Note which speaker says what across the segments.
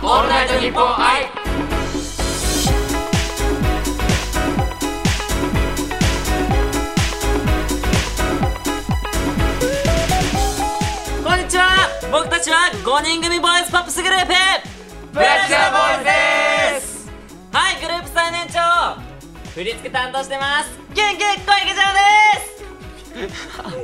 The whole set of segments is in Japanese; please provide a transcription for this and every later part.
Speaker 1: 日本愛
Speaker 2: こんにちは僕たちは5人組ボーイスポップスグループ
Speaker 1: ブラッシャーボーイズです
Speaker 2: はいグループ最年長振り付け担当してますキュンキュン小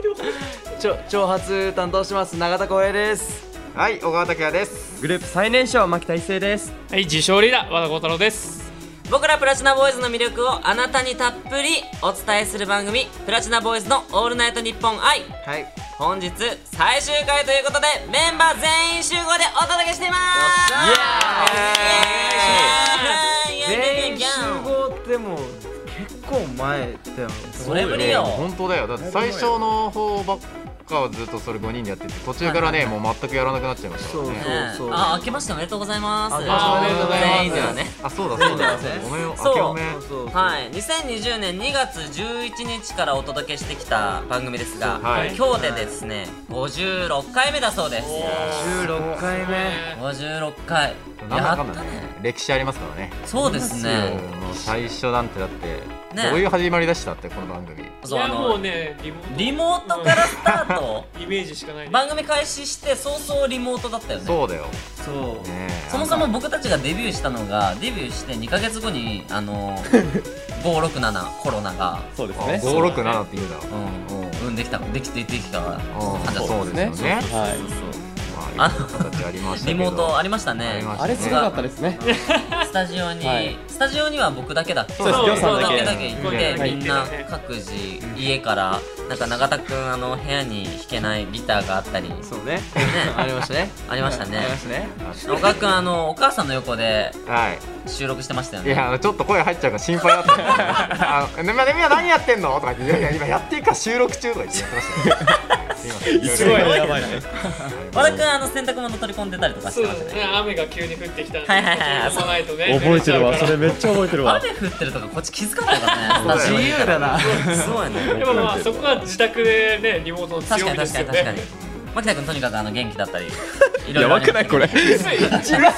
Speaker 2: 池
Speaker 3: ちょ挑発担当します永田光平です
Speaker 4: はい、小川拓也です。
Speaker 3: グループ最年少牧田一成です
Speaker 1: はい自称リーダー和田幸太郎です
Speaker 2: 丈です僕らプラチナボーイズの魅力をあなたにたっぷりお伝えする番組「プラチナボーイズのオールナイトニッポン愛
Speaker 4: はい、よ」
Speaker 2: 本日最終回ということでメンバー全員集合でお届けしていますイエーイ
Speaker 3: 全員集合ってもう結構前だよね
Speaker 2: それぶりよ
Speaker 4: 本当だよ。だって最初の方ばっかはずっとそれ5人でやってて、途中からね、もう全くやらなくなっちゃいましたからね。
Speaker 3: そうそう
Speaker 2: あ、明けましておめでとうございます。
Speaker 3: 明けましておめでとうございます
Speaker 2: 全員だよね。
Speaker 4: あ、そうだそうだ
Speaker 3: そうだね。
Speaker 4: おめよ、
Speaker 2: そう
Speaker 4: 明けおめ。
Speaker 3: そうそう
Speaker 2: はい、2020年2月11日からお届けしてきた番組ですが、
Speaker 4: はい
Speaker 2: 今日でですね、56回目だそうです。
Speaker 3: 16回目
Speaker 2: 56回。
Speaker 4: な
Speaker 2: や
Speaker 4: んだかん
Speaker 2: っ
Speaker 4: だ
Speaker 2: たね
Speaker 4: ね。、歴史ありますからね。
Speaker 2: そうですね。
Speaker 4: もう最初なんてだって、
Speaker 2: ね
Speaker 4: どういう始まりでしたってこの番組。
Speaker 1: い
Speaker 2: そうあ
Speaker 1: やもう
Speaker 2: の
Speaker 1: ねリモート
Speaker 2: リモートからスタート
Speaker 1: イメージしかないね
Speaker 2: 番組開始して早々リモートだったよね。
Speaker 4: そうだよ。
Speaker 3: そう
Speaker 4: ねえ
Speaker 2: そもそも僕たちがデビューしたのが、デビューして2ヶ月後に、あ のー、567コロナが、
Speaker 5: そうです
Speaker 4: あ
Speaker 5: ね。
Speaker 4: 567って言うだろ。
Speaker 2: うん、うん、できた、できて、できたから、
Speaker 4: うんそうですよね。
Speaker 5: はい。
Speaker 4: まあ、いろんな形ありましたけ
Speaker 2: リ
Speaker 4: ど。
Speaker 2: モートありましたね
Speaker 4: ありまし
Speaker 5: あれすごかったですね。
Speaker 2: スタジオに、
Speaker 5: はい
Speaker 2: スタジオには僕だけだっけ
Speaker 4: そうですりょうさんだけ
Speaker 2: 僕だけ行って、
Speaker 1: はい
Speaker 2: みんな各自家からなんか永田くんあの部屋に弾けないギターがあったり
Speaker 3: そうねありましたね
Speaker 2: ありました
Speaker 3: あ
Speaker 2: ね
Speaker 3: りましたね
Speaker 2: 小川くんあのお母さんの横で
Speaker 4: はい。
Speaker 2: 収録してましたよ
Speaker 4: い
Speaker 2: ね
Speaker 4: やあのちょっと声入っちゃうから心配だったんですよあのねまねみは何やってんの?」とか言って「いやいや今やってるから収録中」とか言ってやってましたよすいません
Speaker 5: やばいね。
Speaker 2: 和田くんあの洗濯物取り込んでたりとかし
Speaker 1: そう
Speaker 2: て
Speaker 1: だ
Speaker 2: ました
Speaker 1: ね
Speaker 2: ね
Speaker 1: 雨が急に降ってきたんで
Speaker 2: はいはいはい
Speaker 1: ちょっと飲まないとね
Speaker 5: 覚えてるわ。それ
Speaker 1: や
Speaker 5: めっちゃ覚えてるわ。
Speaker 2: 雨降ってるとかこっち気づかないからね
Speaker 4: そう
Speaker 2: スタ
Speaker 3: 自
Speaker 2: ジオ
Speaker 3: 由だな
Speaker 2: すごいね
Speaker 1: っぱまあそこが自宅でねリモートの
Speaker 2: 確
Speaker 1: 強
Speaker 2: かに
Speaker 1: みで
Speaker 2: 確
Speaker 1: す
Speaker 2: か
Speaker 1: よ
Speaker 2: に
Speaker 1: ね
Speaker 2: 確かに牧田くんとにかくあの元気だ ったりいろい
Speaker 5: や
Speaker 2: ろあ
Speaker 5: ば
Speaker 2: り
Speaker 5: くないこれ。一
Speaker 1: 一番薄い
Speaker 5: 番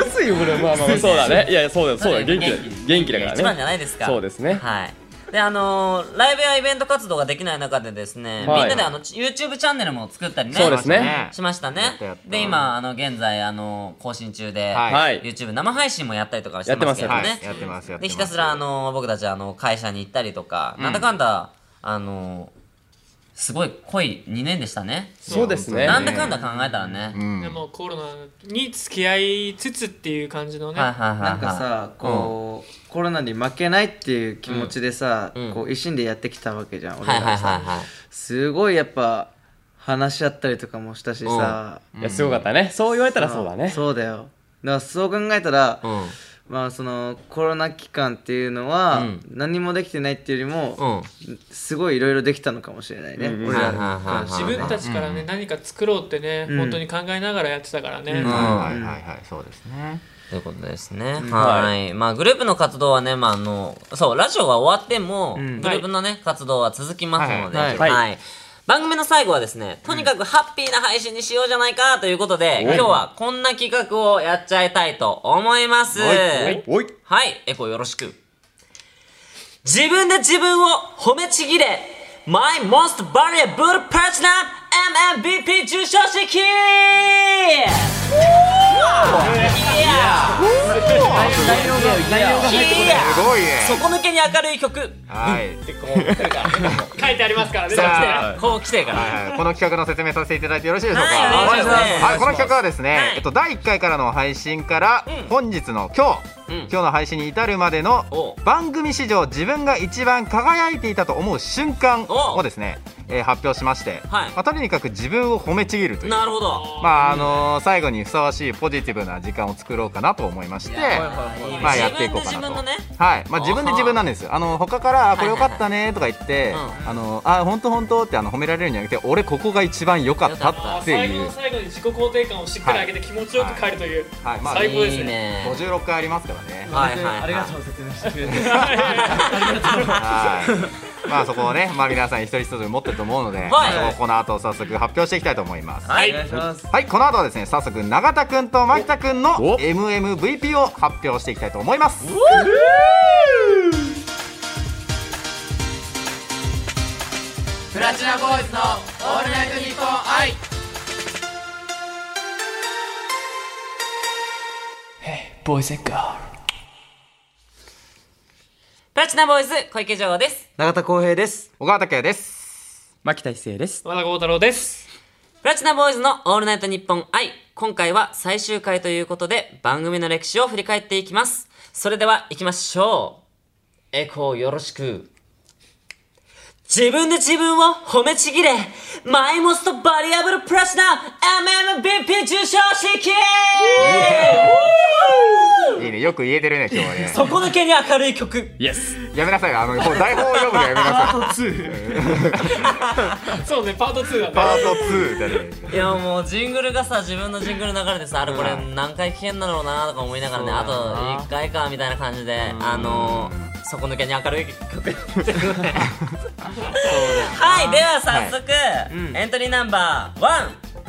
Speaker 5: 薄いよこれ。まあまあまあ。そうだね。いやいやそうだよそうだよ元気だよ元気だ
Speaker 2: 一
Speaker 5: から
Speaker 2: 番じ
Speaker 5: ね。
Speaker 2: ゃないですか
Speaker 5: そうですね。
Speaker 2: はい。で、あのーライブやイベント活動ができない中でですね、
Speaker 5: はい
Speaker 2: みんなであの、ち YouTube チャンネルも作ったりね。
Speaker 5: そうですね。
Speaker 2: しました
Speaker 4: や
Speaker 2: ね
Speaker 4: ったやっ。た
Speaker 2: で、今、あの、現在、あの更新中で、
Speaker 4: はい
Speaker 5: はい。
Speaker 2: YouTube 生配信もやったりとかしてますけど
Speaker 4: はい
Speaker 2: ね。
Speaker 4: やってますやってます
Speaker 2: で、ひたすら、あの僕たち、あの会社に行ったりとか、なんだかんだ、あのすごい濃い2年でしたね。
Speaker 5: そうですね。
Speaker 2: なんだかんだ考えたらね。
Speaker 4: うん
Speaker 1: でもコロナに付き合いつつっていう感じのね
Speaker 2: はいはいはいはい。
Speaker 3: なんかさこう、コロナに負けないっていう気持ちでさ、
Speaker 2: うん
Speaker 3: こう一心でやってきたわけじゃん、
Speaker 2: うん、
Speaker 3: 俺
Speaker 2: はいは
Speaker 3: ら
Speaker 2: い
Speaker 3: さ、
Speaker 2: はいはい。
Speaker 3: すごいやっぱ話し合ったりとかもしたしさ、
Speaker 5: いやすごかったね。そう言われたらそうだね。
Speaker 3: そうだよだからそう考えたら、
Speaker 2: うん。
Speaker 3: まあそのコロナ期間っていうのは、
Speaker 2: うん
Speaker 3: 何もできてないっていうよりも、
Speaker 2: うん。
Speaker 3: すごいいろいろできたのかもしれないね、
Speaker 5: うんうん
Speaker 3: 俺
Speaker 2: は
Speaker 3: ら
Speaker 2: いはい
Speaker 3: の
Speaker 2: はいはい
Speaker 1: 自分たちからね何か作ろうってね
Speaker 3: うん
Speaker 1: 本当に考えながらやってたからね
Speaker 3: うん
Speaker 4: はいはいはいはいそうですね
Speaker 2: ということですね。
Speaker 3: うん
Speaker 2: はい、まあ、グループの活動はね、まあ、あの、そう、ラジオが終わっても、
Speaker 3: うん
Speaker 2: グループのね、活動は続きますので、は。
Speaker 3: はいい
Speaker 5: はい
Speaker 2: 番組の最後はですね、とにかくハッピーな配信にしようじゃないかということで、今日はこんな企画をやっちゃいたいと思います。はい、
Speaker 5: おい。
Speaker 2: エコよろしく。自分で自分を褒めちぎれ !My most valuable person MMVP 受賞式イエーいや
Speaker 4: すごいね
Speaker 2: 底抜けに明るい曲
Speaker 4: はい
Speaker 1: 書いてありますからね
Speaker 4: さあ
Speaker 1: そっちで
Speaker 2: こう来てるから
Speaker 4: はいはいこの企画の説明させていただいてよろしいでしょうか
Speaker 2: はいお願いします
Speaker 4: はいこの企画はです
Speaker 2: はい
Speaker 4: ねえっと第1回からの配信から
Speaker 2: うん
Speaker 4: 本日の今日
Speaker 2: うん
Speaker 4: 今日の配信に至るまでの
Speaker 2: お
Speaker 4: 番組史上自分が一番輝いていたと思う瞬間
Speaker 2: お
Speaker 4: をですねえー発表しまして
Speaker 2: はい
Speaker 4: まあとにかく自分を褒めちぎるという
Speaker 2: なるほど
Speaker 4: まああのー最後にふさわしいポジティブな時間を作ろうかなと思いまして、
Speaker 2: い
Speaker 4: まあやっていこうかな
Speaker 2: 自分で自分
Speaker 4: と。
Speaker 2: のね
Speaker 4: はい、まあ自分で自分なんですよ。あの他からあこれ良かったねとか言っ
Speaker 2: は
Speaker 4: て、
Speaker 2: いはいはい
Speaker 4: あのあ本当本当ってあの褒められるんじゃなくて、俺ここが一番良かった
Speaker 1: あ
Speaker 4: って
Speaker 1: 最後
Speaker 4: い
Speaker 1: の
Speaker 4: う。
Speaker 1: 最後に自己肯定感をしっかり上げて気持ちよく帰るという、
Speaker 4: はい、まあ
Speaker 1: 最高です
Speaker 2: いいね
Speaker 4: 五十六回ありますからね。
Speaker 2: はいはいはい
Speaker 3: ありがとう説明してくれて
Speaker 4: はい。まあそこをね、まあ皆さん一人一人持ってると思うので、
Speaker 2: はい
Speaker 4: そこをこの後早速発表していきたいと思います。
Speaker 2: は
Speaker 3: お願いします
Speaker 4: はい、この後はですね、早速永田くんと牧田くんの
Speaker 5: お
Speaker 4: MMVP を発表していきたいと思います。
Speaker 2: プラチナボーイズ小池城です。
Speaker 3: 永田浩平です
Speaker 4: 小川拓也です。
Speaker 3: 牧田一成です
Speaker 1: 和田幸太郎です
Speaker 2: プラチナボーイズのオールナイトニッポン愛。今回は最終回ということで番組の歴史を振り返っていきます。それでは行きましょう。エコーよろしく。自分で自分を褒めちぎれマイモストバリアブルプラチナ MMVP 受賞式
Speaker 4: いいね、よく言えてるね、今日はね。
Speaker 2: そこ抜けに明るい曲
Speaker 5: イエス
Speaker 4: やめなさいよ、あの、こう台本を読むのやめなさい。
Speaker 1: そうねパート2
Speaker 4: パ
Speaker 1: だね
Speaker 4: ート2みたいなね。
Speaker 2: いやもうジングルがさ自分のジングル流れてさあれこれ何回聞けんだろうなとか思いながらねあと1回かみたいな感じであのー底抜けに明るい曲はいでは早速エントリーナンバー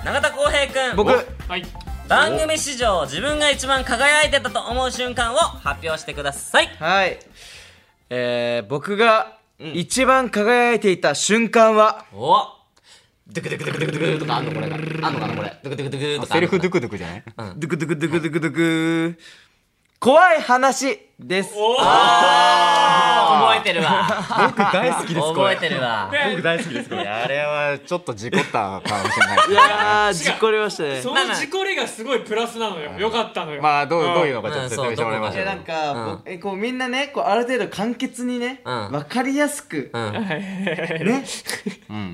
Speaker 2: 1永田浩平君
Speaker 3: 僕
Speaker 1: はい
Speaker 2: 番組史上自分が一番輝いてたと思う瞬間を発表してください
Speaker 3: はいえー、僕が一番輝いていた瞬間は、
Speaker 2: おドゥクドゥクドゥクドゥクドゥクとかあんのこれがあんのかなこれドゥクドゥクドゥクとかあ
Speaker 4: セ
Speaker 2: んの
Speaker 4: ル
Speaker 2: かな
Speaker 4: フドゥクドゥクじゃない
Speaker 3: ドゥクドゥクドゥクドゥクドゥク怖い話です
Speaker 2: あー覚えてる わ
Speaker 5: 僕大好きですこ
Speaker 2: 覚え
Speaker 5: れ
Speaker 2: てるわ
Speaker 5: 僕大好きですこれ
Speaker 4: あれはちょっと事故ったかもしれない。
Speaker 3: いやー実行りましたね
Speaker 1: その事故例がすごいプラスなのよよかったのよ
Speaker 4: まあ、どう、
Speaker 1: ん
Speaker 4: どういうのかちょっと説明してもらいまし
Speaker 3: い
Speaker 4: ょ
Speaker 3: や
Speaker 4: う。
Speaker 3: なんか、
Speaker 2: うん
Speaker 3: 僕えこうみんなねこうある程度簡潔にね、
Speaker 2: うん
Speaker 3: わかりやすく、
Speaker 2: うん
Speaker 3: ね、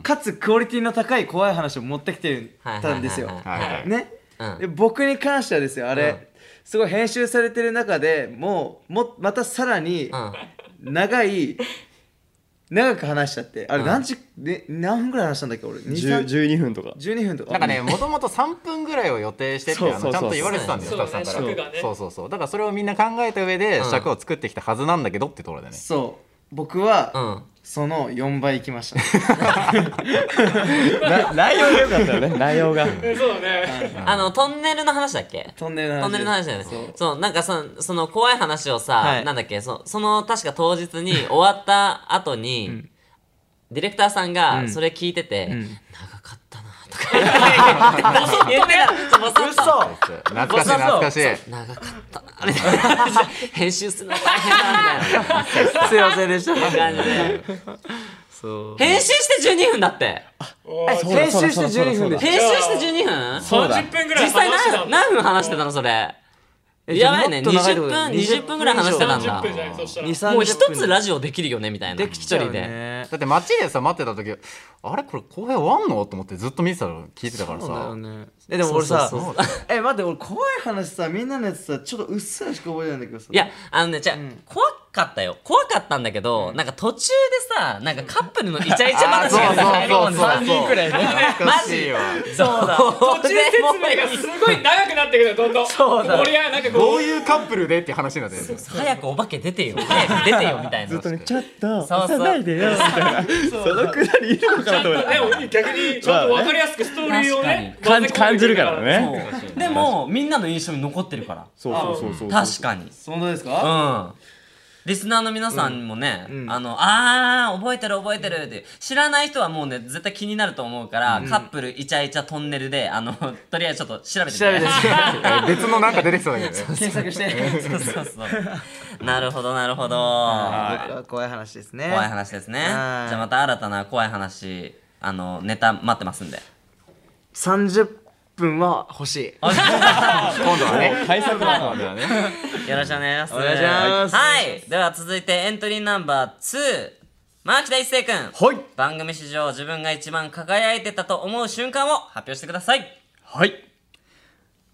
Speaker 3: かつクオリティの高い怖い話を持ってきてたんですよ。
Speaker 2: はいはい
Speaker 4: はいはい。
Speaker 3: ね、
Speaker 2: うん
Speaker 3: で僕に関してはですよあれ、
Speaker 2: うん
Speaker 3: すごい編集されてる中でもうもまたさらに
Speaker 2: うん
Speaker 3: 長い、長く話しちゃってあれ何時、ね、何分ぐらい話したんだっけ俺2 3
Speaker 5: 12分とか
Speaker 3: 12分とか
Speaker 4: なんかね、もともと3分ぐらいを予定してってあの
Speaker 5: そうそうそう
Speaker 4: ちゃんと言われてたんだよ、ス
Speaker 1: そう
Speaker 4: タッフさんか
Speaker 1: そうだね尺が
Speaker 4: ら。
Speaker 1: ね
Speaker 4: そうそうそう。だからそれをみんな考えた上で
Speaker 2: うん
Speaker 4: 尺を作ってきたはずなんだけどってところだね。
Speaker 3: そう僕は、
Speaker 2: うん
Speaker 3: その4倍いきました
Speaker 5: 内容が良かったよ ね内容が
Speaker 1: えそうだね
Speaker 2: あのトンネルの話だっけ
Speaker 3: トンネルの話
Speaker 2: トンネルの話だよね
Speaker 3: そ
Speaker 2: そう
Speaker 3: う
Speaker 2: なんかそのその怖い話をさ、
Speaker 3: はい
Speaker 2: なんだっけそその確か当日に終わった後に、ディレクターさんがそれ聞いてて、長かったなとか言ってたそうボソッと
Speaker 4: 懐かしい懐かしい。
Speaker 2: 長かったなみたいな感じで編集するの大変だみたいな
Speaker 3: すいませんでした
Speaker 2: 感じで編集して12分だって
Speaker 1: お
Speaker 3: え
Speaker 1: ー
Speaker 3: 編集して12分で
Speaker 2: 編集して12分
Speaker 5: そうだ
Speaker 1: 30分ぐらい
Speaker 2: 実際
Speaker 1: 話してた
Speaker 2: 何
Speaker 1: の
Speaker 2: 何分話してたのそれ
Speaker 3: え
Speaker 2: やばいね
Speaker 3: じゃあもっと長
Speaker 2: 20分
Speaker 3: いことだよ
Speaker 2: 20分ぐらい話してたんだ
Speaker 1: 30分じゃないそしたら
Speaker 3: 20 30分
Speaker 2: もう一つラジオできるよねみたいな
Speaker 3: できちゃう
Speaker 2: 一人で
Speaker 3: ね
Speaker 4: だって街でさ待ってた時あれこれ公平終わんのと思ってずっと見てたの聞いてたから
Speaker 3: そうだよ
Speaker 4: さ
Speaker 3: ねえでも俺さ
Speaker 2: そうそう
Speaker 3: え待って俺怖い話さみんなのやつさちょっとうっすらしか覚えてないんだけどさ
Speaker 2: いやあのねじゃあ怖かったよ怖かったんだけどなんか途中でさなんかカップルのイチャイチャ話がさ入り込んで
Speaker 4: あ
Speaker 2: さ
Speaker 4: そうそうそうそう
Speaker 2: 人くらいね
Speaker 4: 懐かしいわ
Speaker 2: そうだ
Speaker 1: 途中説明がすごい長くなってくるよどんどんそうだ俺はなんか
Speaker 4: ど
Speaker 1: こ
Speaker 4: う
Speaker 1: う
Speaker 4: いうカップルでって話になってる
Speaker 2: 早くお化け出てよ早く出てよみたいな
Speaker 5: ねちょっ
Speaker 2: そう
Speaker 5: と
Speaker 2: そう
Speaker 5: 押さないでよみたいなそのくだりいるのかなと思っ
Speaker 1: ね
Speaker 5: て
Speaker 1: 逆にちょっと分かりやすくストーリーをね
Speaker 5: 感じ感じるからね
Speaker 2: でもみんなの印象に残ってるから
Speaker 5: そうそうそうそう
Speaker 2: 確かに
Speaker 3: そうなんです
Speaker 2: う
Speaker 3: か
Speaker 2: んリスナーの皆さんもね、あの、あー、覚えてる覚えてるって、知らない人はもうね、絶対気になると思うから、カップルイチャイチャトンネルで、あの、 とりあえずちょっと調べてみて。
Speaker 3: 調べて
Speaker 4: 別のなんか出てきそうだけどね
Speaker 3: 検索して
Speaker 2: そうそうそう。なるほど、なるほど。
Speaker 3: 僕は怖い話ですね
Speaker 2: 怖い話ですね。じ
Speaker 3: はい
Speaker 2: ゃあまた新たな怖い話、あの、ネタ待ってますんで。
Speaker 3: 30分は欲しい
Speaker 4: 今度はね
Speaker 5: 対策だもんね
Speaker 2: よろしくお願いします。お
Speaker 3: 願いします
Speaker 2: はい。では続いてエントリーナンバー2。マーキタ一成君。
Speaker 5: はい
Speaker 2: 番組史上自分が一番輝いてたと思う瞬間を発表してください。
Speaker 5: はい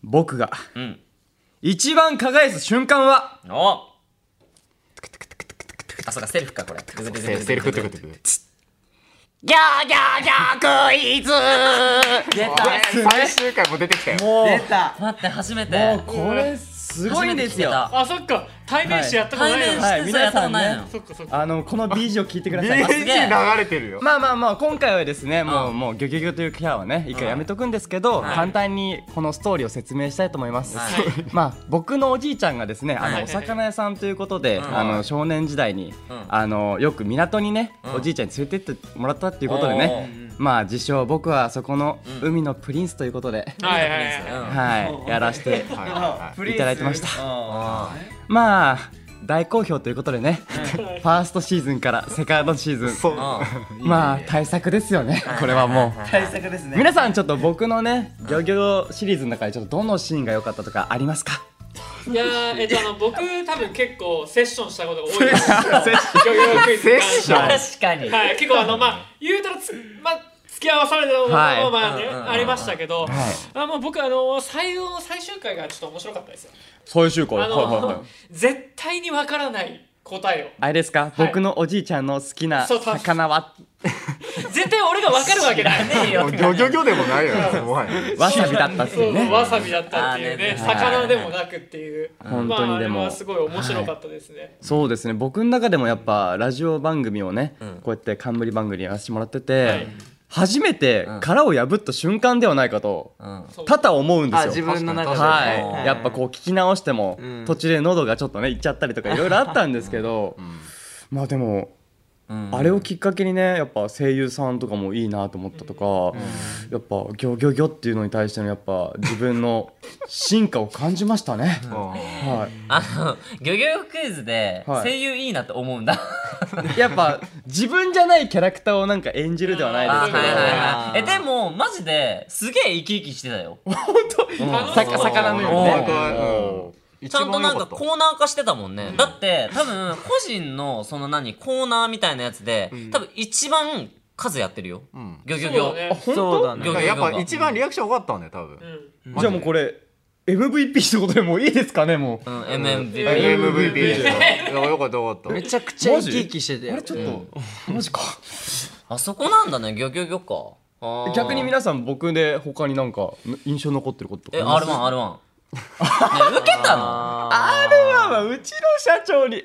Speaker 5: 僕が
Speaker 2: うん。
Speaker 5: 一番輝く瞬間は
Speaker 2: おあ、そうか、セルフか、これ。セルフ
Speaker 4: セルフトゥクトゥク
Speaker 2: ギャーギャーギャークイズ出た
Speaker 4: 最終回も出てきたよ
Speaker 5: も
Speaker 3: 出た
Speaker 2: 待って、初めて。
Speaker 5: これす
Speaker 3: すごいんですよ
Speaker 1: あそっか対面誌やったこと
Speaker 2: 対
Speaker 1: ない
Speaker 2: 面
Speaker 1: の、
Speaker 3: はい
Speaker 2: してさやったことないのよ
Speaker 1: そっかそっか
Speaker 6: あのこの BG を聞いてください
Speaker 4: BG 流れてるよ
Speaker 6: まあまあまあ今回はですねも
Speaker 2: う
Speaker 6: うんもうギョギョギョというキャラはね一回やめとくんですけど
Speaker 2: はい
Speaker 6: 簡単にこのストーリーを説明したいと思います
Speaker 2: はい
Speaker 6: まあ僕のおじいちゃんがですねあ
Speaker 2: はい
Speaker 6: のお魚屋さんということで
Speaker 2: うん
Speaker 6: あの少年時代に
Speaker 2: うん
Speaker 6: あのよく港にね
Speaker 2: うん
Speaker 6: おじいちゃんに連れてってもらったっていうことでねまあ自称僕はそこの
Speaker 2: うん
Speaker 6: 海のプリンスということで
Speaker 1: はいはいはい
Speaker 6: はいやらせて
Speaker 4: はいはい
Speaker 6: ただきました
Speaker 3: た
Speaker 6: まあ大好評ということでねファーストシーズンからセカンドシーズン
Speaker 4: いそう
Speaker 6: まあ対策ですよねこれはもう
Speaker 3: 対策ですね
Speaker 6: 皆さんちょっと僕のねギョギョシリーズの中でちょっとどのシーンが良かったとかありますか
Speaker 1: いやーえっとあの僕多分結構セッションしたことが多いです
Speaker 4: セッション
Speaker 2: 確かに
Speaker 1: はい、結構あのまあ言うたらつ、まあ、付き合わされたのも、
Speaker 6: はい
Speaker 1: まあまあね
Speaker 2: うんうんうんうん
Speaker 1: ありましたけど、
Speaker 6: はい
Speaker 1: あもう僕あの最後の最終回がちょっと面白かったですよ。
Speaker 5: 最終回は
Speaker 1: あ
Speaker 5: い
Speaker 1: の、
Speaker 5: はいはい
Speaker 1: 絶対にわからない答え
Speaker 6: あれですか
Speaker 1: はい
Speaker 6: 僕のおじいちゃんの好きな
Speaker 1: そうそう
Speaker 6: 魚は
Speaker 1: を絶対俺がわかるわけない。
Speaker 2: ねえよ
Speaker 4: ギョギョギョでもないよねもはや
Speaker 6: わさびだったって
Speaker 1: そ
Speaker 6: いううね
Speaker 1: わさびだったっていうね
Speaker 2: あーね
Speaker 1: 魚でもなくっていう、
Speaker 6: はい
Speaker 1: ま
Speaker 6: 本当
Speaker 1: ああ
Speaker 6: に
Speaker 1: れ
Speaker 6: でも
Speaker 1: はすごい面白かったですね、
Speaker 6: そうですね僕の中でもやっぱラジオ番組をね
Speaker 2: うん
Speaker 6: こうやって冠番組やらせてもらって
Speaker 1: はい
Speaker 6: て初めて
Speaker 2: うん
Speaker 6: 殻を破った瞬間ではないかと
Speaker 2: うん
Speaker 1: そう
Speaker 6: 多々思うんです
Speaker 2: あ
Speaker 6: よ
Speaker 2: 自分の中で
Speaker 6: は
Speaker 2: うん
Speaker 6: い、やっぱこう聞き直しても、
Speaker 2: うん
Speaker 6: 途中で喉がちょっとねいっちゃったりとかいろいろあったんですけど、まあでも、
Speaker 2: うん
Speaker 6: あれをきっかけにねやっぱ声優さんとかもいいなと思ったとか、やっぱギョギョギョっていうのに対してのやっぱ自分の進化を感じましたね。は
Speaker 2: あの漁業クイズで
Speaker 6: はい
Speaker 2: 声優いいなって思うんだ
Speaker 6: い、やっぱ自分じゃないキャラクターをなんか演じるではない
Speaker 2: あはい
Speaker 6: ですけ
Speaker 2: は
Speaker 6: ど、
Speaker 2: いはいえでもマジですげえ生き生きしてたよ
Speaker 1: 楽し
Speaker 6: さ
Speaker 1: そう
Speaker 6: 魚のように
Speaker 2: うん
Speaker 6: ね。
Speaker 2: ちゃんとなんかコーナー化してたもんね、だって多分個人のその何コーナーみたいなやつで、多分一番数やってるよ、
Speaker 4: ん
Speaker 2: ギョギョギ
Speaker 1: そう
Speaker 2: ョ、
Speaker 1: だね、
Speaker 2: ギョギョギ
Speaker 3: そうだ
Speaker 2: ョが
Speaker 4: やっぱ一番リアクション多かったね多分
Speaker 1: うん
Speaker 6: じゃあもうこれ MVP ってことでもういいですかねもう。
Speaker 2: うん、MMV、
Speaker 4: MVP でよかったよかった
Speaker 3: めちゃくちゃ生き生きしてて
Speaker 6: あれちょっと、マジか
Speaker 2: あそこなんだねギョギョギョかあー
Speaker 6: 逆に皆さん僕で他になんか印象残ってることとか
Speaker 2: え
Speaker 6: ありま
Speaker 2: R1R1
Speaker 6: す
Speaker 2: ね受けたの
Speaker 6: まあまあうちの社長に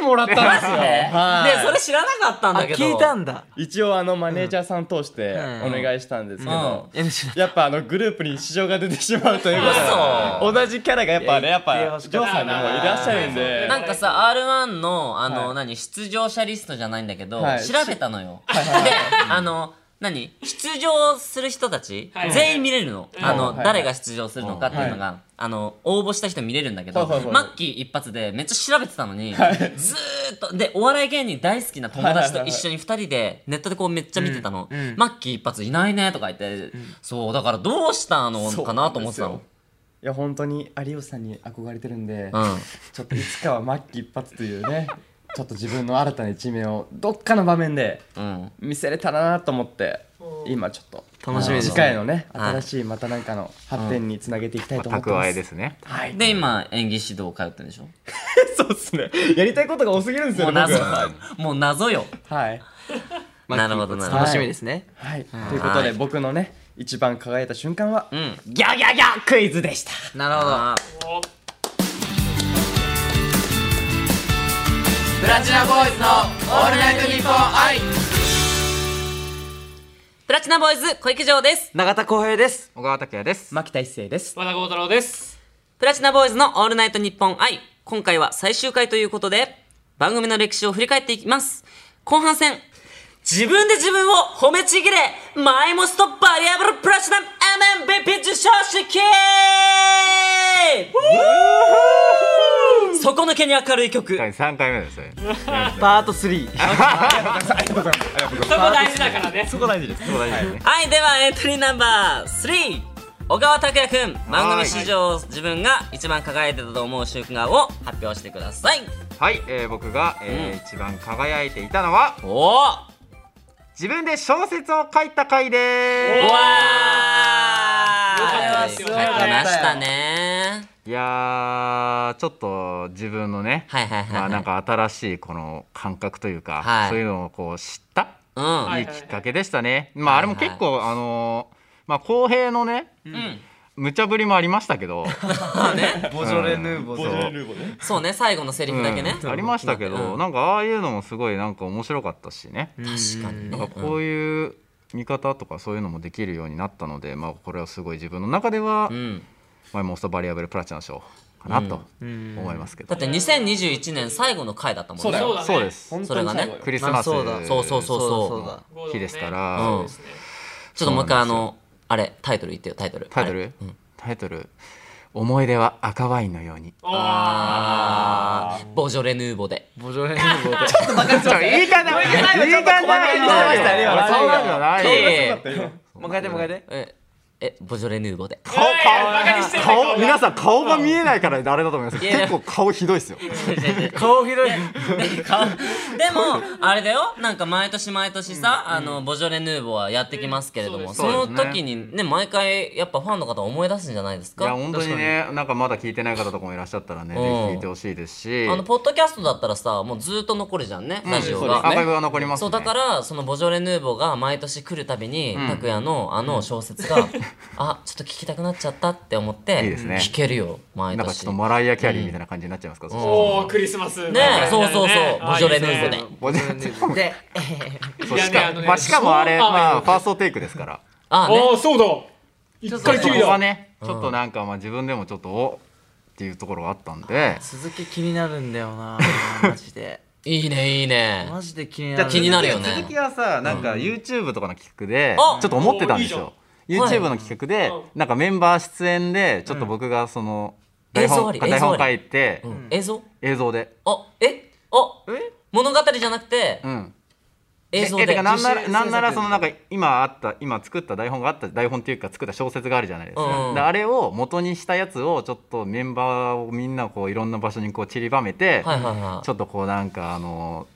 Speaker 6: NG もらったん ですよ
Speaker 2: マジで、
Speaker 6: はい
Speaker 2: でそれ知らなかったん
Speaker 3: あ
Speaker 2: だけど
Speaker 3: 聞いたんだ
Speaker 6: 一応あのマネージャーさん通して
Speaker 3: う
Speaker 6: お
Speaker 3: ん
Speaker 6: 願いしたんですけ
Speaker 2: う
Speaker 6: ど
Speaker 2: ん、
Speaker 6: やっぱあのグループに支障が出てしまうということ
Speaker 2: 嘘
Speaker 6: で同じキャラがやっぱねやっ
Speaker 3: いや
Speaker 6: ぱジョーさんにもいらっしゃるんで
Speaker 2: なんかさ R1 のあの、
Speaker 6: はい
Speaker 2: 何出場者リストじゃないんだけど、
Speaker 6: はい
Speaker 2: 調べたのよ、であの何出場する人たち、
Speaker 1: はい
Speaker 2: 全員見れるの、あの、
Speaker 6: はいはい
Speaker 2: 誰が出場するのかっていうのが、あの応募した人見れるんだけど、
Speaker 6: はいはいはい
Speaker 2: マッキー一発でめっちゃ調べてたのに、ずーっとでお笑い芸人大好きな友達と一緒に2人でネットでこうめっちゃ見てたの、マッキー一発いないねとか言って、そうだからどうしたのかなと思ってたの
Speaker 6: いや本当に有吉さんに憧れてるんで
Speaker 2: うん
Speaker 6: ちょっといつかは末期一発というねちょっと自分の新たな一面をどっかの場面で
Speaker 2: うん
Speaker 6: 見せれたらなと思って
Speaker 1: うん
Speaker 6: 今ちょっと
Speaker 3: 楽しみです
Speaker 6: 次回のね
Speaker 2: はい
Speaker 6: 新しいまたなんかの発展につなげていきたいと思って
Speaker 4: 蓄
Speaker 6: ま
Speaker 4: え
Speaker 6: す、
Speaker 4: ですね
Speaker 6: はい、
Speaker 2: で今演技指導通ってるんでしょ
Speaker 6: そうっすねやりたいことが多すぎるんです
Speaker 2: も
Speaker 6: よ
Speaker 2: う
Speaker 6: ね僕
Speaker 2: 謎
Speaker 6: は
Speaker 2: もう謎よ
Speaker 6: はい、
Speaker 2: なるほどなるほ
Speaker 3: 楽
Speaker 2: ど
Speaker 3: しみですね
Speaker 6: はい、ということで僕のね一番輝いた瞬間は
Speaker 2: うん
Speaker 6: ギャギャギャクイズでした
Speaker 3: なるほど
Speaker 2: あ
Speaker 1: お
Speaker 3: プラチナボーイズのオールナイトニッポン愛
Speaker 2: プラチナボーイズ小池城です
Speaker 3: 永田浩平です
Speaker 4: 小川拓也です
Speaker 6: 牧田一成です
Speaker 1: 和田幸太郎です
Speaker 2: プラチナボーイズのオールナイトニッポン愛今回は最終回ということで番組の歴史を振り返っていきます後半戦自分で自分を褒めちぎれマイモストバリアブルプラチナ MMVP 受賞式底抜けに明るい曲
Speaker 4: 第3回目ですね
Speaker 3: パート3
Speaker 1: そこ大事だからね
Speaker 4: そこ大事ですそこ大事ですね
Speaker 2: はい、ではエントリーナンバー3小川拓也くん番組史上自分が一番輝いてたと思う瞬間を発表してください
Speaker 4: はい、えー僕が、えー一番輝いていたのは
Speaker 2: おおわ
Speaker 4: 自分で小説を書いた回で
Speaker 2: ー
Speaker 1: お
Speaker 4: す
Speaker 1: わ
Speaker 2: これは
Speaker 1: よ
Speaker 2: 書き
Speaker 1: かった
Speaker 2: ましたね
Speaker 4: いやーちょっと自分のね、
Speaker 2: はいはいはいはい
Speaker 4: まあ、なんか新しいこの感覚というか、
Speaker 2: はい
Speaker 4: そういうのをこう知った
Speaker 2: うん、
Speaker 1: はい
Speaker 4: いいきっかけでしたね、まああれも結構、あのーまあ浩平のね、
Speaker 2: うん
Speaker 4: 無茶ぶりもありましたけど、
Speaker 3: ボジョレ・ヌーボー
Speaker 4: そう
Speaker 2: そうね最後のセリフだけね、
Speaker 4: うんありましたけど、
Speaker 2: うん
Speaker 4: なんかああいうのもすごいなんか面白かったしね、
Speaker 2: 確かに
Speaker 4: なんかこういう見方とかそういうのもできるようになったので、まあ、これはすごい自分の中では、
Speaker 2: うん
Speaker 4: まあ、モストバリアブルプラチナ賞かなと思いますけど、
Speaker 2: だって2021年最後の回だったもんねそう
Speaker 5: だよ
Speaker 1: だね
Speaker 4: そうです
Speaker 2: それがね
Speaker 4: クリスマス
Speaker 3: そうだ
Speaker 2: そうそうそうそう
Speaker 3: そうだ
Speaker 1: ゴールドね
Speaker 4: 日ですから
Speaker 1: そうですね
Speaker 2: ちょっともう一回あのあれタイトル言ってよタイトル
Speaker 4: タイトル、タイトル「思い出は赤ワインのように」
Speaker 2: あーボジョレ・ヌーボで
Speaker 3: ボジョレ・ヌーボーで
Speaker 4: ちょいいかな、いいかな、いいかな、いいかな、そうなんじゃないよ。
Speaker 2: え
Speaker 3: もう一回でもう一回で
Speaker 2: ええボジョレ・ヌーボで
Speaker 4: 顔、
Speaker 1: バカにしてる
Speaker 4: 顔、顔、皆さん顔が見えないから、あれだと思います。
Speaker 2: いやいや
Speaker 4: 結構顔ひどいですよ。
Speaker 3: 顔広い
Speaker 2: 顔でもあれだよなんか毎年毎年さ、あのボジョレ・ヌーボーはやってきますけれども、
Speaker 1: うん
Speaker 2: そ
Speaker 4: そうです
Speaker 2: の時にね毎回やっぱファンの方思い出すんじゃないです
Speaker 4: いや、
Speaker 2: か
Speaker 4: 本当にね、なんかまだ聞いてない方とかもいらっしゃったらね、ぜひ聞いてほしいですし。
Speaker 2: あのポッドキャストだったらさもうずっと残るじゃんね、ラジオ
Speaker 4: ア
Speaker 2: が
Speaker 4: ーカイブが残ります。
Speaker 2: そうだか。らそのボジョレ・ヌーボーが毎年来るたびに拓哉、のあの小説が、 あちょっと聞きたくなっちゃったって思って
Speaker 4: いいですね
Speaker 2: 聞けるよ毎
Speaker 4: なんかちょっ
Speaker 2: 年
Speaker 4: とマライアキャリーみたいな感じになっちゃいますか。
Speaker 1: おおクリスマス
Speaker 2: ねえそうそうそうボジョレ・ヌーボーで
Speaker 4: おじゃ、
Speaker 2: で
Speaker 4: そう
Speaker 1: いや
Speaker 4: し
Speaker 1: ね
Speaker 4: か
Speaker 1: あのね
Speaker 4: まあ、しかもあれ、
Speaker 1: そう
Speaker 4: まあ、ファーストテイクですから。
Speaker 2: ああね
Speaker 1: ああそうだ一回
Speaker 4: そ
Speaker 1: き
Speaker 4: こ
Speaker 1: りだ
Speaker 4: はね、ちょっとなんか、まあ、自分でもちょっと、おっていうところがあったんで。
Speaker 3: 続き気になるんだよなマジで
Speaker 2: いいねいいね
Speaker 3: マジで気に
Speaker 4: じ
Speaker 3: な
Speaker 4: ゃあ
Speaker 3: る
Speaker 2: 気になるよね
Speaker 4: 続きはさなんか YouTube とかの企画で
Speaker 2: あ
Speaker 4: ちょっと思ってたんですよ
Speaker 2: いじゃん
Speaker 4: YouTube の企画でなんかメンバー出演でちょっと僕がその台
Speaker 2: 映像あ
Speaker 4: 本
Speaker 2: り
Speaker 4: 台本書いて
Speaker 2: うん映像
Speaker 4: 映像で
Speaker 2: あえあ物語じゃなくて
Speaker 4: うん
Speaker 2: 映像で
Speaker 4: えてかなんなら
Speaker 3: 自主制作
Speaker 4: なんならそのなんか今あった今作った台本があった台本っていうか作った小説があるじゃないです
Speaker 2: うん
Speaker 4: か
Speaker 2: うん
Speaker 4: であれを元にしたやつをちょっとメンバーをみんなこういろんな場所にこう散りばめて
Speaker 2: はいはいはい
Speaker 4: ちょっとこうなんかあの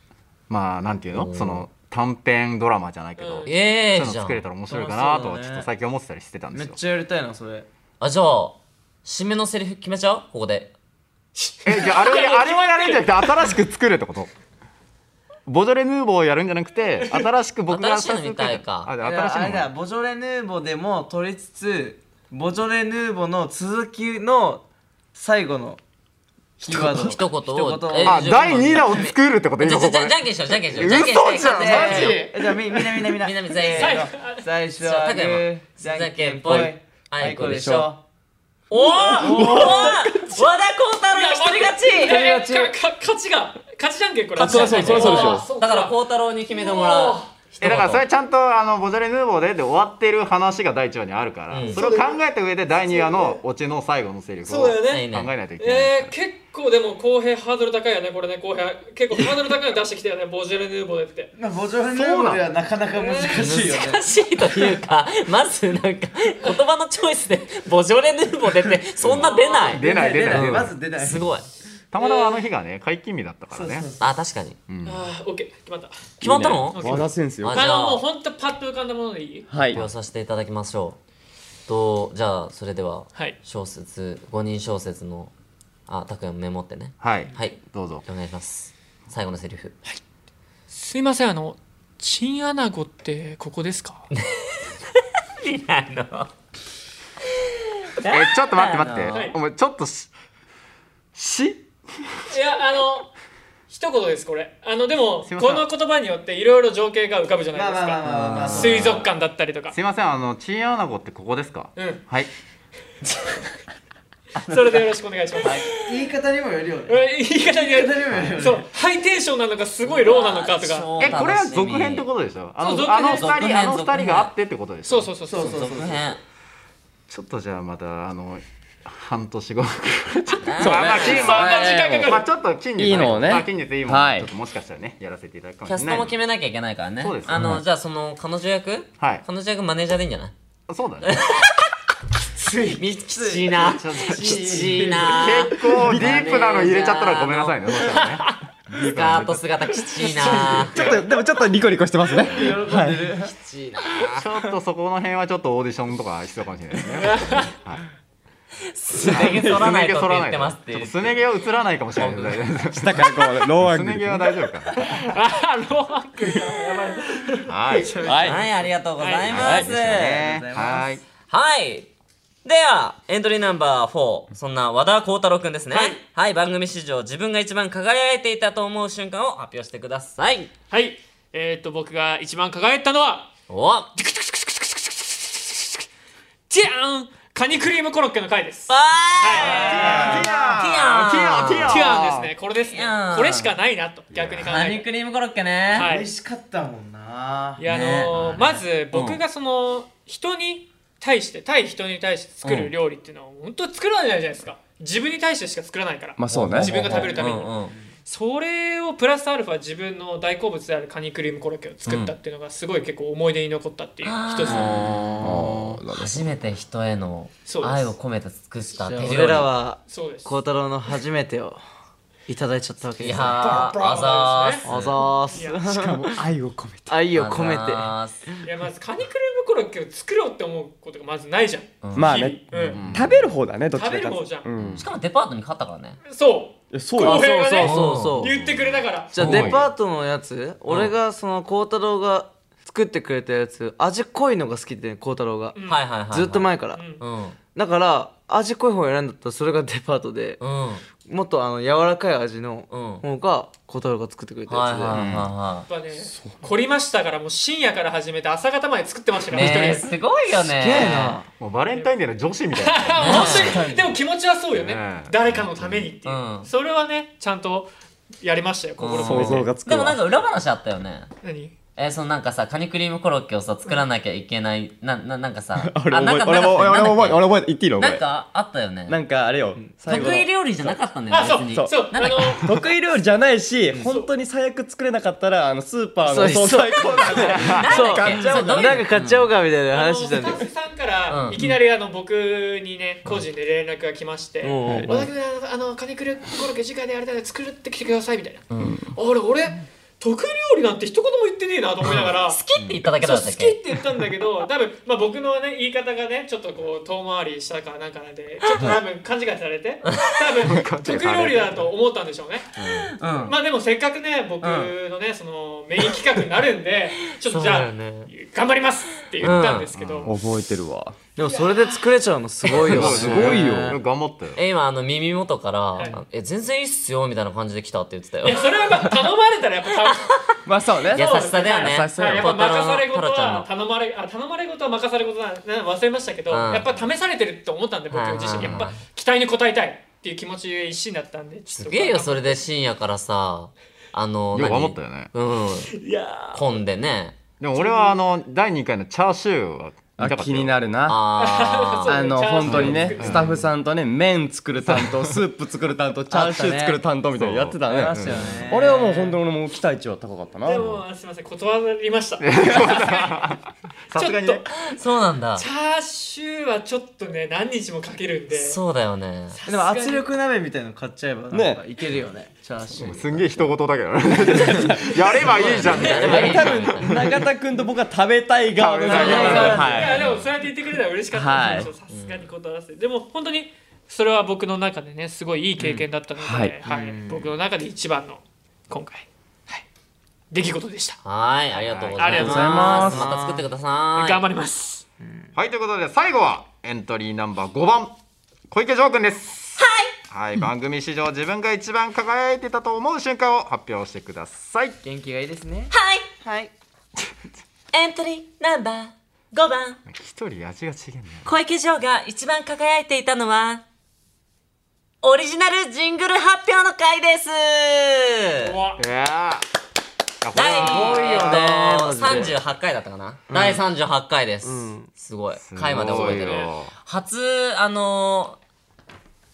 Speaker 4: まあなんていう
Speaker 2: お
Speaker 4: の
Speaker 2: ー
Speaker 4: その短編ドラマじゃないけど
Speaker 2: ええ
Speaker 4: そういう
Speaker 2: じ
Speaker 4: の
Speaker 2: ゃ
Speaker 4: 作れ
Speaker 2: ん
Speaker 4: たら面白いかなと
Speaker 3: あそう
Speaker 4: は
Speaker 3: だ
Speaker 4: ち
Speaker 3: ね
Speaker 4: ょっと最近思ってたりしてたんで
Speaker 3: め
Speaker 4: す
Speaker 3: っ
Speaker 4: よ。
Speaker 3: ちゃやりたいなそれ
Speaker 2: あじゃあ締めのセリフ決めちゃうここで
Speaker 4: えじゃああれはあれはやるんじゃなくて新しく作るってことボジョレ・ヌーボーをやるんじゃなくて新しく僕が
Speaker 2: 新しいの見たいか
Speaker 4: あ
Speaker 3: だから
Speaker 4: 新しい
Speaker 3: あれだ
Speaker 4: の
Speaker 3: ボジョレ・ヌーボでも取りつつボジョレ・ヌーボの続きの最後のキーワード
Speaker 2: 一言を
Speaker 3: 一言
Speaker 2: え
Speaker 4: あ第2弾を作るってこと
Speaker 2: じゃ
Speaker 4: 今
Speaker 2: じ
Speaker 4: こ
Speaker 2: ゃじ
Speaker 4: こ
Speaker 2: ゃじゃ
Speaker 4: で
Speaker 2: んけんしようじゃんけんしよう
Speaker 4: 嘘
Speaker 2: じゃんけんして
Speaker 4: じゃんマジ
Speaker 3: えじゃあみみんなみんなみんな
Speaker 2: みんなみんな全員
Speaker 3: せーの最初はグーじゃんけんぽいあいこでしょ
Speaker 2: おお和田光太郎一人勝ち
Speaker 1: えかか勝ちが勝ちじゃんけんこれ
Speaker 5: そうだそうだそりゃそうでしょ
Speaker 1: あーっ
Speaker 2: だから孝太郎に決めてもらう一
Speaker 4: え
Speaker 2: 言
Speaker 4: だからそれちゃんとあのボジョレ・ヌーボーでで終わってる話が第1話にあるから、
Speaker 2: うん
Speaker 4: それを考えた上で第2話のオチの最後のセリフ
Speaker 1: そ
Speaker 4: を
Speaker 1: うだ
Speaker 4: 考
Speaker 1: よ
Speaker 4: え
Speaker 1: ね
Speaker 2: いいね
Speaker 4: ないといけない、
Speaker 1: えー、結構でも公平ハードル高いよねこれね公平結構ハードル高いの出してきたよねボジョレ・ヌーボーでって
Speaker 3: まあボジョレ・ヌーボではなかなか難しいよね
Speaker 2: 難しいというかまずなんか言葉のチョイスでボジョレ・ヌーボー出てそんな出ない
Speaker 4: 出ない出ない出な
Speaker 3: ま
Speaker 4: い
Speaker 3: ず出ない
Speaker 2: すごい
Speaker 4: たまたまあの日がね解禁日だったからね
Speaker 2: あ確かに
Speaker 1: ああオッケー決まった
Speaker 2: 決まったの
Speaker 1: いいね
Speaker 6: 和田先生よ
Speaker 2: あ
Speaker 1: あ
Speaker 2: じゃ
Speaker 1: の
Speaker 2: あ
Speaker 1: もうほんとパッと浮かんだものでいい
Speaker 6: はい
Speaker 2: 発表させていただきましょうとじゃあそれでは
Speaker 1: はい
Speaker 2: 小説5人小説のあ拓也もメモってね
Speaker 4: はい、
Speaker 2: はい
Speaker 4: どうぞ
Speaker 2: お願いします最後のセリフ
Speaker 1: すいませんあのチンアナゴってここですか
Speaker 4: えちょっと待って待って、
Speaker 1: はい
Speaker 4: お前ちょっとしし
Speaker 1: いやあの一言ですこれあのでも
Speaker 4: すいませ
Speaker 1: こ
Speaker 4: ん
Speaker 1: の言葉によっていろいろ情景が浮かぶじゃな
Speaker 3: ま
Speaker 1: い
Speaker 3: あ
Speaker 1: で
Speaker 3: ますあまあ
Speaker 1: か
Speaker 3: まあまあ
Speaker 1: 水族館だったりとか
Speaker 4: すいませんあのチンアナゴってここですか、
Speaker 1: うん
Speaker 4: はい
Speaker 1: それでよろしくお願いします
Speaker 3: 言い方にもよるよね
Speaker 1: うん言い方によ
Speaker 3: 言い方にもよ
Speaker 1: る
Speaker 3: る
Speaker 1: そうハイテンションなのかすごい ローなのかとか
Speaker 2: 超
Speaker 4: え
Speaker 2: 楽しみ
Speaker 4: これは続編ってことでしょあ
Speaker 1: そう
Speaker 4: の
Speaker 1: 続編
Speaker 4: あの二人
Speaker 2: 続編
Speaker 4: あの二
Speaker 2: 続
Speaker 4: 人
Speaker 2: 編
Speaker 4: があってってことでし
Speaker 1: そ
Speaker 4: ょ
Speaker 1: うそうそうそ
Speaker 3: そううそうそう
Speaker 2: 続編
Speaker 4: ちょっとじゃあまたあの半年後
Speaker 5: そうね
Speaker 4: まあまあチン
Speaker 1: そんな時間かかる
Speaker 4: まあちょっと近日
Speaker 5: いいのをね
Speaker 4: まあ近日いいもん
Speaker 5: はい
Speaker 4: ちょっともしかしたらねやらせていただくか
Speaker 2: キャ
Speaker 4: もし
Speaker 2: ス
Speaker 4: れな
Speaker 2: トも
Speaker 4: い
Speaker 2: 決めなきゃいけないからね
Speaker 4: そうです
Speaker 2: あのじゃあその彼女役
Speaker 4: はい
Speaker 2: 彼女役マネージャーでいいんじゃない
Speaker 4: そうだね
Speaker 2: みきちいな
Speaker 4: ちょっと
Speaker 2: きちいな
Speaker 4: 結構ディープなの入れちゃったらごめんなさいねそうしたらね
Speaker 2: スカート姿きちいな
Speaker 6: ちょっとでもちょっとニコニコしてますね
Speaker 2: きちいな
Speaker 4: ちょっとそこの辺はちょっとオーディションとか必要かもしれないですね。はい
Speaker 2: すね毛剃らないとって言ってますって
Speaker 4: ちょっ
Speaker 2: いう
Speaker 4: とすね毛は映らないかもしれないですね。
Speaker 6: 下からこうローア
Speaker 4: す
Speaker 6: ング
Speaker 4: ね
Speaker 6: ル
Speaker 4: 毛は大丈夫か
Speaker 1: あローアンク
Speaker 4: な。はい。
Speaker 5: はい
Speaker 2: はいありがとうござい
Speaker 4: は
Speaker 2: ま
Speaker 4: い。
Speaker 2: す
Speaker 4: でしたねはい。
Speaker 2: はいでは、エントリーナンバー4、そんな和田幸太郎くんですね。はい、番組史上自分が一番輝いていたと思う瞬間を発表してください。
Speaker 1: はいえーっと僕が一番輝いたのは
Speaker 2: おあ
Speaker 1: じゃんカニクリームコロッケの回です
Speaker 2: あ
Speaker 4: ティア
Speaker 2: ティア
Speaker 4: ー
Speaker 1: ティアンですねこれですね
Speaker 2: ティアン
Speaker 1: これしかないなと逆に考
Speaker 2: カ
Speaker 1: え
Speaker 2: ニ
Speaker 1: て
Speaker 2: クリームコロッケね。
Speaker 1: はい
Speaker 3: 美味しかったもんない
Speaker 1: やあ
Speaker 2: ね
Speaker 1: のーまず僕がその人に対して対人に対して作る料理っていうのは本当作らないじゃないですか自分に対してしか作らないから
Speaker 6: まあそうね
Speaker 1: 自分が食べるために
Speaker 2: うんうん
Speaker 1: それをプラスアルファ自分の大好物であるカニクリームコロッケを作ったっていうのがすごい結構思い出に残ったっていう一つ
Speaker 6: あー
Speaker 2: 初めて人への
Speaker 1: そうです
Speaker 2: 愛を込めて尽くした手料理
Speaker 3: 俺らは
Speaker 1: そうです
Speaker 3: 孝太郎の初めてをいただいちゃったわけ
Speaker 2: い
Speaker 3: で
Speaker 2: や
Speaker 3: す
Speaker 2: ー
Speaker 3: ね
Speaker 2: あざーす
Speaker 3: あざーす
Speaker 1: い
Speaker 6: しかも愛を込めて
Speaker 3: 愛を込めて
Speaker 2: あざーす
Speaker 1: いやまずカニクリームコロッケを作ろうって思うことがまずないじゃん
Speaker 6: まあね
Speaker 1: 日々うん
Speaker 6: 食べる方だねどっち
Speaker 1: 食べる
Speaker 6: らか
Speaker 1: 方じゃん
Speaker 6: うん
Speaker 2: しかもデパートに勝ったからね
Speaker 1: そ
Speaker 6: いやそう
Speaker 1: う
Speaker 6: よ
Speaker 1: 公平が
Speaker 3: そう
Speaker 1: ね
Speaker 3: そうそう
Speaker 1: 言ってくれたから
Speaker 3: じゃあ
Speaker 4: すごい
Speaker 3: デパートのやつ俺がその孝太郎が作ってくれたやつ味濃いのが好きでね孝太郎が
Speaker 1: うん
Speaker 2: はいはいはいはい
Speaker 3: ずっと前から
Speaker 1: うん
Speaker 2: うん
Speaker 3: だから味濃い方を選んだったらそれがデパートで
Speaker 2: うん
Speaker 3: もっとあの柔らかい味の
Speaker 2: うん
Speaker 3: 方が孝太郎が作ってくれた
Speaker 2: はいはい
Speaker 3: や
Speaker 2: は
Speaker 1: やっぱね凝りましたからもう深夜から始めて朝方まで作ってました
Speaker 2: いはい
Speaker 1: から一 人
Speaker 2: ねえ
Speaker 1: です
Speaker 2: ごいよね
Speaker 3: つで、ええな
Speaker 4: もうバレンタインデーの女子みたいな
Speaker 1: 本当にでも気持ちはそうよね
Speaker 4: ねえ
Speaker 1: 誰かのためにっていう、
Speaker 2: うん
Speaker 1: それはねちゃんとやりましたよ心
Speaker 6: 想
Speaker 1: 込め
Speaker 6: 像
Speaker 1: て
Speaker 6: がつく
Speaker 2: でもなん
Speaker 6: わ
Speaker 2: か裏話あったよね
Speaker 1: 何
Speaker 2: えー、そのなんかさカニクリームコロッケをさ作らなきゃいけないなななんかさ
Speaker 6: 俺
Speaker 2: あなん
Speaker 6: 覚え
Speaker 2: か
Speaker 6: 俺も
Speaker 2: なん
Speaker 6: 俺
Speaker 2: か
Speaker 6: も覚
Speaker 2: なん
Speaker 6: え
Speaker 2: だっ
Speaker 6: 俺覚えて言って
Speaker 2: け
Speaker 6: いいのこ
Speaker 2: なん
Speaker 6: れ
Speaker 2: かあったよね
Speaker 6: なんかあれよ最後
Speaker 2: 得
Speaker 6: の
Speaker 2: 意料理じゃなかったんだ
Speaker 1: あ
Speaker 2: よ
Speaker 1: そ
Speaker 2: ね別に
Speaker 1: うそう
Speaker 2: な
Speaker 1: あ
Speaker 2: んだっけ
Speaker 1: の
Speaker 6: 得意料理じゃないし本当に最悪作れなかったらあのスーパーの
Speaker 3: そう
Speaker 6: 惣菜コーナーで
Speaker 2: なんだっけそ
Speaker 6: そう
Speaker 2: うどう
Speaker 3: つ
Speaker 2: い
Speaker 3: で
Speaker 2: う
Speaker 3: なんか買っちゃおうかみたいな
Speaker 1: あの
Speaker 3: 話し
Speaker 1: スタ
Speaker 3: たんだ
Speaker 1: ッ
Speaker 3: よ
Speaker 1: フさんから
Speaker 2: うん
Speaker 1: いきなりあの僕にね個人で連絡が来まして
Speaker 3: うん
Speaker 1: 「小田君あのカニクリコロッケ次回でやりたいので作ってきてください」みたいな「あれ俺得意料理なんて一言も言ってねえな」と思いながら
Speaker 2: 好きって言っただけだ
Speaker 1: そう
Speaker 2: っ
Speaker 1: 好
Speaker 2: たっ
Speaker 1: きっ
Speaker 2: け
Speaker 1: て言ったんだけど多分、まあ、僕のね言い方がねちょっとこう遠回りしたかなんかなんでちょっと多分勘違いされて多分得意料理だと思ったんでしょうね、
Speaker 2: うん
Speaker 1: まあでもせっかくね僕のねそのメイン企画になるんでちょっ とじゃあ、頑張りますって言ったんですけど、
Speaker 6: 覚えてるわ
Speaker 3: でもそれで作れちゃうのすごいよね
Speaker 6: すごいよ
Speaker 4: 頑張ったよ
Speaker 2: え今あの耳元から、
Speaker 1: い
Speaker 2: え全然いいっすよみたいな感じで来たって言ってたよ
Speaker 1: いやそれはやっぱ頼まれたらやっぱ頼む
Speaker 6: まあそうね
Speaker 2: 優し さだよね
Speaker 6: 優しさ
Speaker 1: はいやっぱ任され事
Speaker 2: タロちゃん
Speaker 1: は
Speaker 2: の
Speaker 1: 頼まれあ頼まれ事は任され事だな忘れましたけど、
Speaker 2: うん
Speaker 1: やっぱ試されてるって思ったんで僕
Speaker 2: はい
Speaker 1: 自身
Speaker 2: はい
Speaker 1: や
Speaker 2: は
Speaker 1: っ
Speaker 2: い
Speaker 1: ぱ期待に応えたいっていう気持ちが一心だったんでちょっ
Speaker 2: す
Speaker 1: と
Speaker 2: げえよそれで深夜からさあの
Speaker 4: よく頑張った
Speaker 2: よ
Speaker 4: よね
Speaker 2: うん
Speaker 1: いや
Speaker 2: 混んで ね
Speaker 4: でも俺はあの第2回のチャーシューは見
Speaker 6: あ
Speaker 4: たかった
Speaker 6: 気
Speaker 4: よ
Speaker 6: になるな
Speaker 2: あ
Speaker 1: そう
Speaker 2: ー
Speaker 6: あの
Speaker 1: チャーシュー
Speaker 6: 本当に
Speaker 1: 作
Speaker 6: ね
Speaker 1: る
Speaker 6: スタッフさんとね麺作る担当スープ作る担当チャーシュー作る担当みたいなのやってたね
Speaker 3: あったねそうありましたよね
Speaker 6: 俺はもう本当に俺も期待値は高かったな
Speaker 1: でもあすみません断りました
Speaker 4: さすがにね
Speaker 2: そうなんだ
Speaker 1: チャーシューはちょっとね何日もかけるんで
Speaker 2: そうだよね
Speaker 1: さす
Speaker 3: で
Speaker 1: が
Speaker 3: も
Speaker 1: に
Speaker 3: 圧力鍋みたいの買っちゃえばなんかいけるよねチャーシュー
Speaker 4: すんげえ人事だけどね やればいいじゃんみたいな
Speaker 6: 多分永田君と僕は食べたい側の
Speaker 4: 食べたい側
Speaker 1: い
Speaker 6: は
Speaker 1: やでもそうやって言ってくれたら嬉しかったんですけどさすがに断らせて、でも本当にそれは僕の中でねすごいいい経験だったので、
Speaker 6: うんはい
Speaker 1: はい僕の中で一番の今回、はい、出来事でした、
Speaker 2: はーいありがとうご
Speaker 1: あ
Speaker 2: ざ
Speaker 1: り
Speaker 2: い
Speaker 1: がと
Speaker 2: ます
Speaker 1: うござい
Speaker 2: ま
Speaker 6: ますす
Speaker 2: た作ってください
Speaker 1: 頑張ります
Speaker 4: はいということで最後はエントリーナンバー5番小池城君ですはい、番組史上自分が一番輝いてたと思う瞬間を発表してください
Speaker 3: 元気がいいですね
Speaker 2: はい
Speaker 3: はい
Speaker 2: エントリーナンバー5番
Speaker 4: 一人味が違えんね
Speaker 2: 小池城が一番輝いていたのはオリジナルジングル発表の回です
Speaker 1: うわ
Speaker 4: いやーこれ
Speaker 2: 第
Speaker 4: は
Speaker 3: ごいよね
Speaker 2: えっと
Speaker 3: マジで
Speaker 2: 38回だったかな、第38回です、すごい回まで覚えてる
Speaker 4: すごいよ
Speaker 2: 初あのー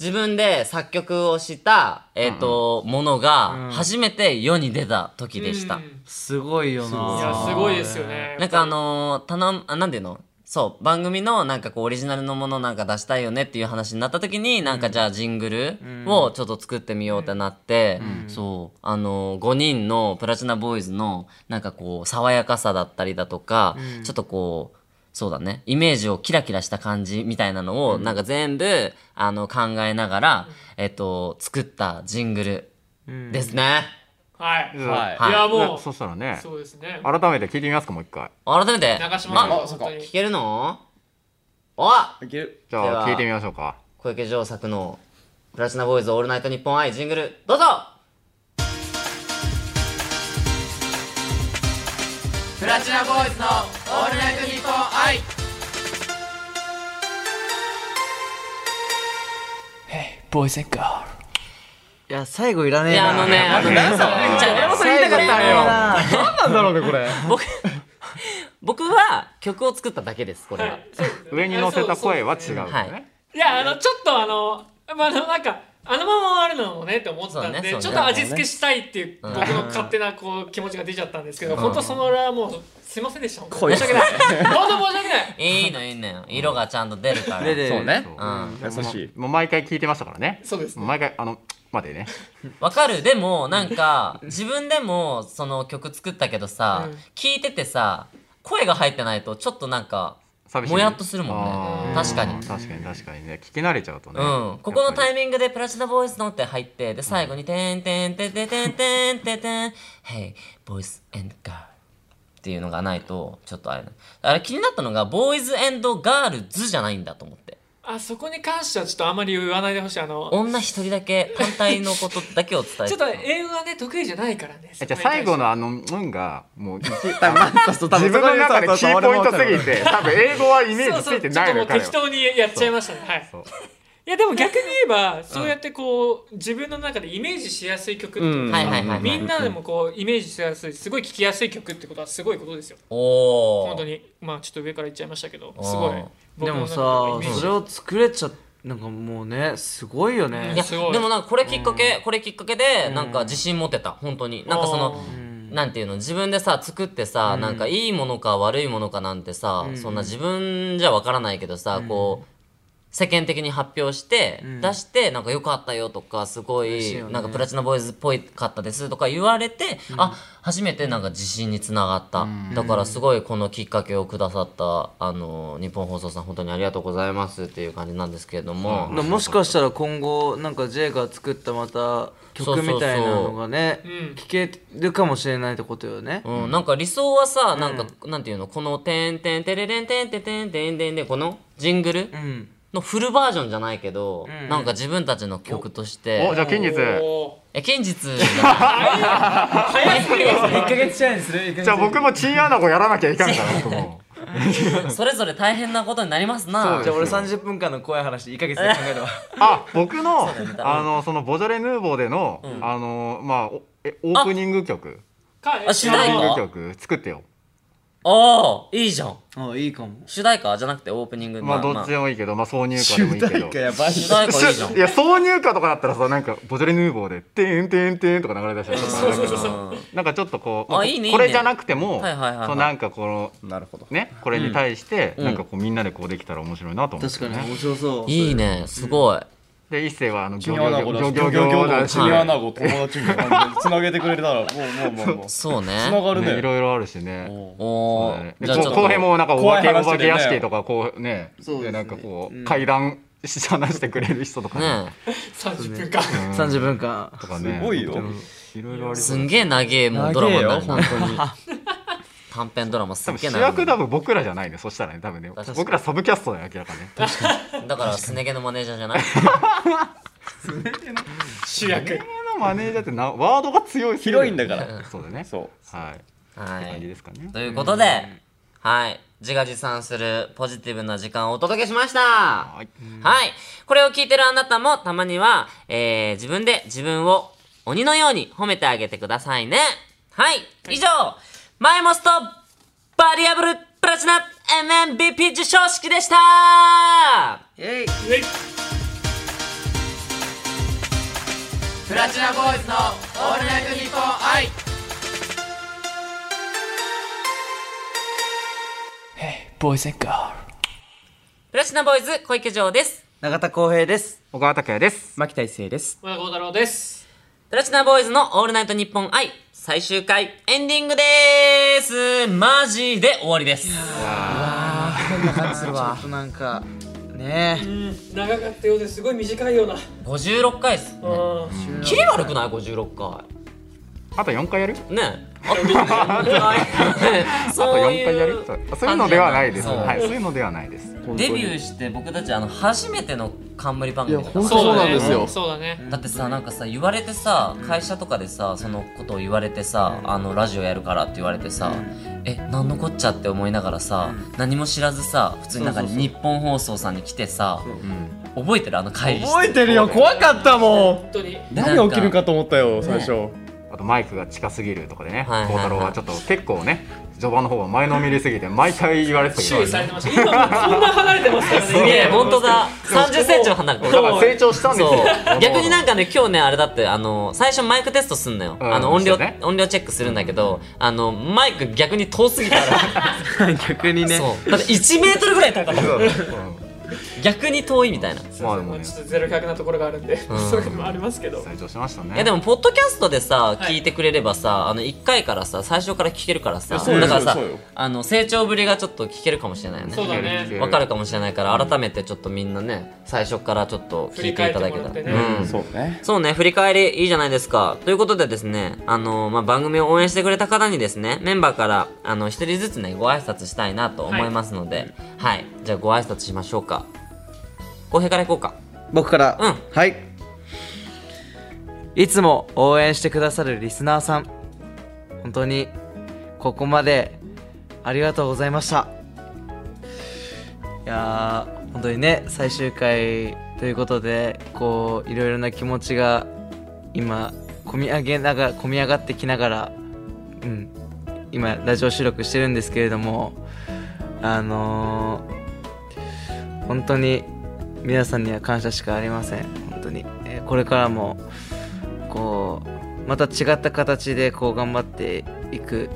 Speaker 2: 自分で作曲をした、えっとものが初めて世に出た時でした、
Speaker 1: うん
Speaker 3: すごいよない
Speaker 1: やすごいですよね
Speaker 2: なんかあのー、頼む、あ、なんていうのそう、番組のなんかこうオリジナルのものなんか出したいよねっていう話になった時に、なんかじゃあジングルをちょっと作ってみようってなって、そう、あのー、5人のプラチナボーイズのなんかこう爽やかさだったりだとか、ちょっとこう、そうだね。イメージをキラキラした感じみたいなのを、なんか全部、あの、考えながら、えっと、作ったジングルですね。
Speaker 1: はい、
Speaker 4: うん
Speaker 6: はい
Speaker 1: い、やも
Speaker 4: ね
Speaker 1: う
Speaker 4: そしたらね
Speaker 1: そうですね
Speaker 4: 改めて聞いてみますかもう一回
Speaker 2: 改めて、
Speaker 1: 長島
Speaker 2: ま
Speaker 1: さん本当に
Speaker 2: 聞けるのお
Speaker 6: いける
Speaker 4: じ
Speaker 2: で
Speaker 4: ゃ
Speaker 2: は
Speaker 4: あ聞いてみましょうか
Speaker 2: 小池城作のプラチナボーイズオールナイトニッポン愛ジングルどうぞプラチナボーイズのオールナイトニッポン愛
Speaker 3: ボーイセンガーいや最後いらね
Speaker 2: い
Speaker 3: えな
Speaker 2: やあのねあのねじゃあ俺もそれ言いたかったのよ
Speaker 3: よ
Speaker 4: なんだろうねこれ
Speaker 2: 僕僕は曲を作っただけですこれは、
Speaker 4: 上に乗せた声は違うんだ
Speaker 2: は
Speaker 4: ね
Speaker 2: い
Speaker 1: いやあのちょっとあのまああのなんかあのまま終わるのもねって思ってたんで、
Speaker 2: そうねそうね
Speaker 1: ちょっと味付けしたいっていう
Speaker 2: う
Speaker 1: 僕
Speaker 2: ん
Speaker 1: の勝手なこう気持ちが出ちゃったんですけど、
Speaker 2: ん
Speaker 1: 本当その裏はもうすいませんでした本当申し訳ない本当申し訳 ない
Speaker 2: いいのいいのよ色がちゃんと出るから
Speaker 3: 出て
Speaker 6: そうね
Speaker 2: うん
Speaker 6: 優しい
Speaker 4: もう毎回聞いてましたからね
Speaker 1: そうですね
Speaker 4: 毎回あのまでね
Speaker 2: わかるでもなんか自分でもその曲作ったけどさ、
Speaker 1: うん
Speaker 2: 聞いててさ声が入ってないとちょっとなんか
Speaker 4: 寂しい
Speaker 2: もやっとするもんね
Speaker 4: あー
Speaker 2: 確かに
Speaker 4: 確かに確かにね聞き慣れちゃうとね
Speaker 2: うん、ここのタイ
Speaker 4: ム
Speaker 2: ミングでプラチナボーイスのって入ってで最後に「てんてんてんてんてんてんてんてん Hey boys and girl」っていうのがないとちょっとあれねあれ気になったのが「ボーイズ and ガールズ」じゃないんだと思って
Speaker 1: あそこに関してはちょっとあまり言わないでほしいあの
Speaker 2: 女一人だけ単体のことだけを伝えて
Speaker 1: ちょっと英語はね得意じゃないからね
Speaker 4: えじゃあ最後のあの「うん」がもう 一
Speaker 6: そう多分
Speaker 4: 自分の中でキーポイントすぎて多分英語はイメ
Speaker 1: そ
Speaker 4: ー
Speaker 1: う
Speaker 4: ジつ
Speaker 1: そう
Speaker 4: いて
Speaker 1: ちょっ
Speaker 4: な
Speaker 1: と
Speaker 4: いの
Speaker 1: も
Speaker 4: よ
Speaker 1: う
Speaker 4: 彼
Speaker 1: 適
Speaker 4: は
Speaker 1: 当にやっちゃいましたねはい
Speaker 4: そう
Speaker 1: いやでも逆に言えばそうやってこう自分の中でイメージしやすい曲っていうか
Speaker 2: はいはいはい
Speaker 1: みんなでもこうイメージしやすいすごい聴きやすい曲ってことはすごいことですよ
Speaker 2: おお
Speaker 1: 本当にまあちょっと上から言っちゃいましたけどすごい
Speaker 2: あー
Speaker 1: 僕
Speaker 3: でも
Speaker 1: の中
Speaker 3: さ
Speaker 1: でイメージ
Speaker 3: それを作れちゃなんかもうねすごいよね
Speaker 2: いや
Speaker 1: すごい
Speaker 2: でもなんかこれきっかけ、これきっかけでなんか自信持てた本当になんかその
Speaker 1: あー
Speaker 2: なんていうの自分でさ作ってさ、なんかいいものか悪いものかなんてさ、そんな自分じゃわからないけどさ、こう世間的に発表して、出してなんか良かったよとかすご
Speaker 3: しい
Speaker 2: い
Speaker 3: よね
Speaker 2: なんかプラチナボーイズっぽいかったですとか言われて、あ初めてなんか自信につながった、だからすごいこのきっかけをくださったあの日本放送さん本当にありがとうございますっていう感じなんですけれども、
Speaker 3: なもしかしたら今後なんか J が作ったまた
Speaker 2: そう
Speaker 3: 曲
Speaker 2: そうそう
Speaker 3: みたいなのがね
Speaker 1: うん
Speaker 3: 聴けるかもしれないってことよね
Speaker 2: うん、なんか理想はさ、なんか、なんていうの、この、てんてんてれれんてんてんてんてんてんで、このジングル
Speaker 3: うん
Speaker 2: のフルバージョンじゃないけど、なんか自分たちの曲とし
Speaker 4: お
Speaker 2: て、
Speaker 4: じゃあ近日
Speaker 1: お
Speaker 4: じ
Speaker 1: ー
Speaker 2: え、近日、
Speaker 1: 早すぎますね
Speaker 3: 1ヶ月ちゃいにする1ヶ
Speaker 4: ゃあ僕もチンアナゴやらなきゃいかんから僕も
Speaker 2: それぞれ大変なことになりますな
Speaker 3: じゃ。あ俺30分間の怖い話1ヶ月で考えるわ
Speaker 4: あ僕のあのそのボジョレ・ヌーボーでのあのまあおえオープニング曲
Speaker 1: か
Speaker 2: あ主
Speaker 4: オー
Speaker 2: 題
Speaker 4: プ
Speaker 2: 歌
Speaker 4: ニング曲作ってよ
Speaker 2: おー、いいじゃん。
Speaker 3: あいいかも
Speaker 2: 主題歌じゃなくてオープニング
Speaker 4: まあどっちでもいいけどまあ挿入歌でもいいけど
Speaker 6: やばい
Speaker 2: 主題歌いい じゃん
Speaker 4: い。や挿入歌とかだったらさなんかボジョレ・ヌーボーで「てんてんてん」とか流れ出したりとかなんかなんかちょっとこうまあ
Speaker 2: あいいね
Speaker 4: こ
Speaker 2: いい
Speaker 4: れ
Speaker 2: ね
Speaker 4: じゃなくても
Speaker 2: はいはいはいはい
Speaker 4: そうなんかこの
Speaker 6: なるほど
Speaker 4: ねこれに対して
Speaker 2: ん
Speaker 4: なんかこうみんなでこうできたら面白いなと思って
Speaker 3: 確かに面白そう
Speaker 2: いいね、すごい。
Speaker 4: で一星はあの
Speaker 6: チンアナゴだし、ギョギョギョだし、チンアナゴ友達みたいな感じでつなげてくれたら、 もうもうもうもう。つ
Speaker 2: そう
Speaker 6: な
Speaker 2: ね。
Speaker 6: がる
Speaker 4: ねい
Speaker 6: ね。
Speaker 4: ろいろあるしね。
Speaker 2: おー
Speaker 4: そうだね、で
Speaker 2: じゃあちょっ
Speaker 4: こう後編
Speaker 2: と、
Speaker 4: もなんかお
Speaker 6: 怖
Speaker 4: 化
Speaker 6: い
Speaker 4: けお
Speaker 6: 話
Speaker 4: 化け屋
Speaker 6: だよね
Speaker 4: 敷とかこうね
Speaker 3: そうですね
Speaker 4: でなんかこ
Speaker 3: う
Speaker 4: うん階段し話してくれる人とかね
Speaker 2: ね
Speaker 1: 30分間
Speaker 4: うん
Speaker 3: 30分間
Speaker 4: とかね
Speaker 6: すごいよ
Speaker 4: いろいろあり
Speaker 2: す
Speaker 4: そうん
Speaker 2: げえ長えもうドラマになる
Speaker 6: 長え
Speaker 2: な。短編ドラマす
Speaker 4: 多
Speaker 2: っげ
Speaker 4: 分
Speaker 2: え
Speaker 4: 主
Speaker 2: 長い
Speaker 4: 役多分僕らじゃないねそしたらね多分ね
Speaker 2: 確かに
Speaker 4: 僕らサブキャストだよ明らかね
Speaker 2: だからすね毛のマネージャーじゃない
Speaker 1: 主役
Speaker 4: 映画のマネージャーってなワードが強いすぎる
Speaker 6: 広いんだから。
Speaker 4: そうだね
Speaker 6: そう。
Speaker 4: はいって
Speaker 2: は
Speaker 4: 感じ
Speaker 2: い
Speaker 4: ですかね
Speaker 2: ということではい自画自賛するポジティブな時間をお届けしましたは
Speaker 4: はい
Speaker 2: いこれを聞いてるあなたもたまには、えー自分で自分を鬼のように褒めてあげてくださいねはい以上マイモストバリアブルプラチナ MMBP 受賞式でした
Speaker 3: えい
Speaker 2: プラチナボーイズの「オールナイトニッポン愛」
Speaker 3: ボーイセンカ
Speaker 2: プラチナボーイズ小池城です
Speaker 3: ー永田浩平です
Speaker 4: 小川拓也です
Speaker 3: 牧田一成です
Speaker 1: 和田幸太郎です
Speaker 2: プラチナボーイズのオールナイトニッポン愛最終回エンディングでーすマジで終わりです
Speaker 3: 変な感じするわちょっとなんかねえ
Speaker 1: うん長かったようですごい短いような
Speaker 2: 56回です
Speaker 1: うん
Speaker 2: キリ悪くない56回
Speaker 4: あと4回やる
Speaker 2: ねえ
Speaker 4: あと
Speaker 2: そう
Speaker 4: 4
Speaker 2: い
Speaker 4: 回や
Speaker 2: う
Speaker 4: るとそういうのではないです
Speaker 2: そう
Speaker 4: はいそういうのではないです
Speaker 2: デビュー
Speaker 6: し
Speaker 2: して僕たちあの初めての冠番組だった
Speaker 6: いや
Speaker 1: そうだね
Speaker 6: そうなんですよ
Speaker 1: そうだね
Speaker 2: だってさなんかさ言われてさ会社とかでさそのことを言われてさあのラジオやるからって言われてさえなんのこっちゃって思いながらさ何も知らずさ普通になんか
Speaker 3: そうそうそう
Speaker 2: 日本放送さんに来てさ
Speaker 4: うん
Speaker 2: 覚えてるあの会議室
Speaker 6: 覚えてるよ怖かったもん
Speaker 1: 本当に
Speaker 2: でなん
Speaker 6: 何起きるかと思ったよ最初
Speaker 4: あとマイクが近すぎるとかでね
Speaker 2: はいはいはい
Speaker 4: 孝太郎はちょっと結構ね序盤の方は前のめりすぎて毎回言われてたけ
Speaker 1: 注
Speaker 4: ど
Speaker 1: 意されてました今もうそんな離れてますからね
Speaker 2: すげえ本当だ30センチも離れて
Speaker 4: だ
Speaker 2: る
Speaker 4: から成長したんです
Speaker 2: そ
Speaker 4: よ
Speaker 2: う逆になん
Speaker 4: か
Speaker 2: かね今日ねあれだってあの最初マイクテストすんのよ、
Speaker 4: うん
Speaker 2: あの音量、
Speaker 4: そうね
Speaker 2: 音量チェックするんだけどあのマイク逆に遠すぎたら
Speaker 3: 逆にね
Speaker 2: そうだって1メートルぐらい高かった 逆に遠いみたいな、
Speaker 4: まあでも
Speaker 1: もう
Speaker 4: ね
Speaker 1: ちょっとゼロ百なところがあるんで、
Speaker 2: ん
Speaker 1: そういうのもありますけど
Speaker 4: 成長しましたね
Speaker 2: えで
Speaker 4: も
Speaker 2: もポッドキャストでさ
Speaker 1: い
Speaker 2: 聞いてくれればさあの1回からさ最初から聞けるからさ
Speaker 6: そうよ
Speaker 2: だからさ
Speaker 6: そうよ
Speaker 2: あの成長ぶりがちょっと聞けるかもしれないよ
Speaker 1: そう
Speaker 2: ね
Speaker 1: だね
Speaker 2: わかるかもしれないから改めてちょっとみんなね最初からちょっと聞いていただけたら、
Speaker 1: 振り返ってもらってね
Speaker 2: うん、
Speaker 6: そうね
Speaker 2: そうね、振り返りいいじゃないですか。ということでですね、あの、まあ、番組を応援してくれた方にですね、メンバーから、あの、一人ずつね、ご挨拶したいなと思いますので、はい、じゃあご挨拶しましょうか。公平からいこうか。
Speaker 3: 僕から、
Speaker 2: うん
Speaker 3: はいいつも応援してくださるリスナーさん本当にここまでありがとうございましたいやー本当にね最終回ということでこういろいろな気持ちが今込み上げながら込み上がってきながらうん今ラジオ収録してるんですけれどもあのー本当に皆さんには感謝しかありません本当に、えーこれからもこうまた違った形でこう頑張っていく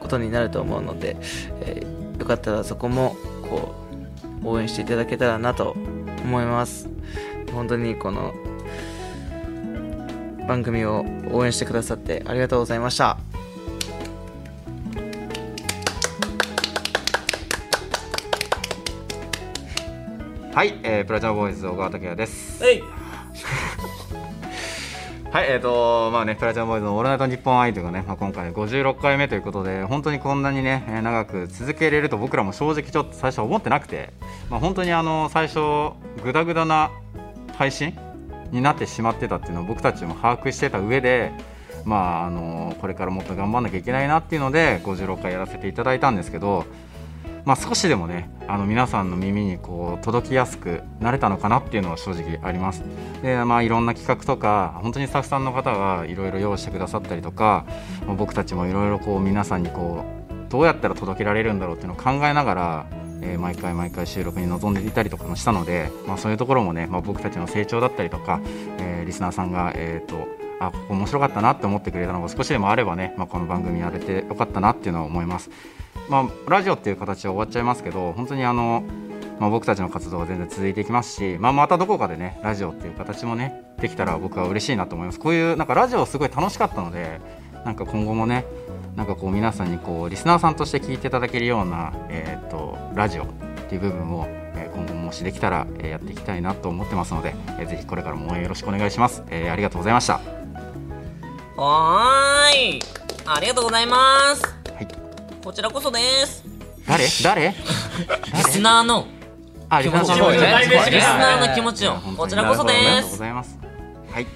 Speaker 3: ことになると思うので、えーよかったらそこもこう応援していただけたらなと思います本当にこの番組を応援してくださってありがとうございました
Speaker 4: はいえープラチナボーイズ小川拓也です
Speaker 2: えい
Speaker 4: はい、えっ、と、まあね、プラチナボーイズのオールナイト日本アイドルがね、まあ、今回56回目ということで、本当にこんなにね、えー長く続けれると僕らも正直ちょっと最初は思ってなくて、まあ、本当にあの、最初、グダグダな配信になってしまってたっていうのを僕たちも把握してた上で、まあ、あの、これからもっと頑張んなきゃいけないなっていうので、56回やらせていただいたんですけど、まあ、少しでもねあの皆さんの耳にこう届きやすくなれたのかなっていうのは正直ありますで、まあ、いろんな企画とか本当にスタッフさんの方がいろいろ用意してくださったりとかまあ僕たちもいろいろこう皆さんにこうどうやったら届けられるんだろうっていうのを考えながら、えー毎回毎回収録に臨んでいたりとかもしたので、まあ、そういうところもね、まあ、僕たちの成長だったりとか、えーリスナーさんが、えー、とあここ面白かったなって思ってくれたのが少しでもあればね、まあ、この番組やれてよかったなっていうのは思います。まあ、ラジオっていう形は終わっちゃいますけど本当にあの、まあ、僕たちの活動は全然続いていきますし、まあ、またどこかでねラジオっていう形もねできたら僕は嬉しいなと思いますこういうなんかラジオすごい楽しかったのでなんか今後もねなんかこう皆さんにこうリスナーさんとして聞いていただけるような、えー、とラジオっていう部分を、えー今後もしできたら、えーやっていきたいなと思ってますので、えーぜひこれからも応援よろしくお願いします、えーありがとうございました
Speaker 2: はーい。ありがとうございます。
Speaker 4: い
Speaker 2: こちらこそです。
Speaker 4: 誰
Speaker 2: リ
Speaker 4: 誰
Speaker 2: スナーの
Speaker 4: あ
Speaker 2: 気
Speaker 4: リス
Speaker 2: 持ち
Speaker 4: ナーさん
Speaker 2: を、
Speaker 4: の
Speaker 2: リ
Speaker 4: 声
Speaker 2: ス
Speaker 4: ね
Speaker 1: 代弁してくれた
Speaker 2: ナーの気持ちを、こちらこそ
Speaker 4: あり
Speaker 2: で
Speaker 4: がとうご
Speaker 2: す。
Speaker 4: ざいます。はい。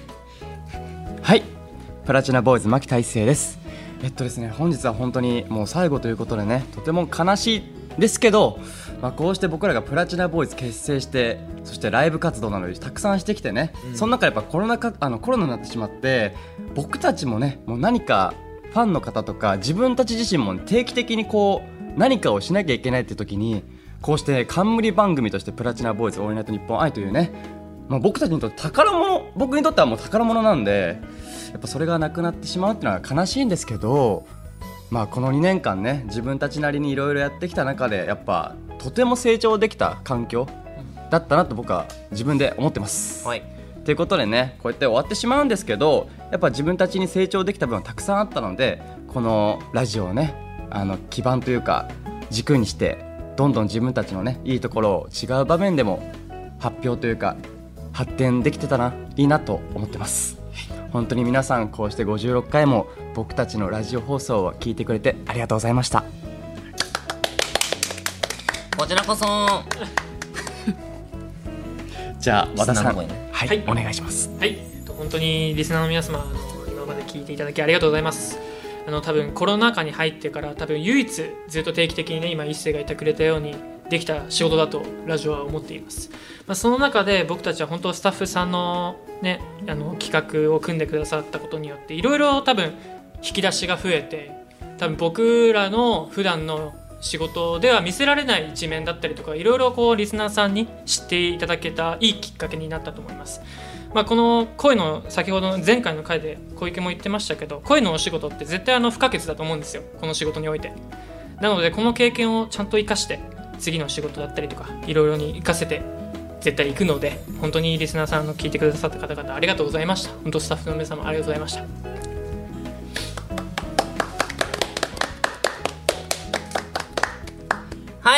Speaker 6: はいプラチナボーイズ牧大成ですえっとですね本日は本当にもう最後ということでねとても悲しいですけど、まあ、こうして僕らがプラチナボーイズ結成してそしてライブ活動などたくさんしてきてね、その中やっぱコロナかあのコロナになってしまって僕たちもねもう何かファンの方とか自分たち自身も定期的にこう何かをしなきゃいけないって時にこうして冠番組として「プラチナボーイズオールナイトニッポン愛」というねまあ、僕たちにとって宝物僕にとってはもう宝物なんでやっぱそれがなくなってしまうっていうのは悲しいんですけど、まあ、この2年間ね自分たちなりにいろいろやってきた中でやっぱとても成長できた環境だったなと僕は自分で思ってます。
Speaker 2: はい。
Speaker 6: ということでねこうやって終わってしまうんですけどやっぱ自分たちに成長できた分はたくさんあったのでこのラジオをねあの基盤というか軸にしてどんどん自分たちのねいいところを違う場面でも発表というか発展できてたらいいなと思ってます。本当に皆さんこうして56回も僕たちのラジオ放送を聞いてくれてありがとうございました
Speaker 2: こちらこそは
Speaker 6: じゃあ和田さ
Speaker 2: リ
Speaker 6: ん、
Speaker 2: スナーの声
Speaker 6: はい、
Speaker 1: はい
Speaker 6: お願いします
Speaker 1: はい、えっと本当にリスナーの皆様あの今まで聞いていただきありがとうございますあの多分コロナ禍に入ってから多分唯一ずっと定期的にね今一星が言ってくれたようにできた仕事だとラジオは思っています、まあ、その中で僕たちは本当スタッフさんの,、ね、あの企画を組んでくださったことによっていろいろ多分引き出しが増えて多分僕らの普段の仕事では見せられない一面だったりとかいろいろこうリスナーさんに知っていただけたいいきっかけになったと思いますまあ、この声の先ほどの前回の回で小池も言ってましたけど声のお仕事って絶対あの不可欠だと思うんですよこの仕事においてなのでこの経験をちゃんと生かして次の仕事だったりとかいろいろに生かせて絶対行くので本当にリスナーさんの聞いてくださった方々ありがとうございました本当スタッフの皆様ありがとうございました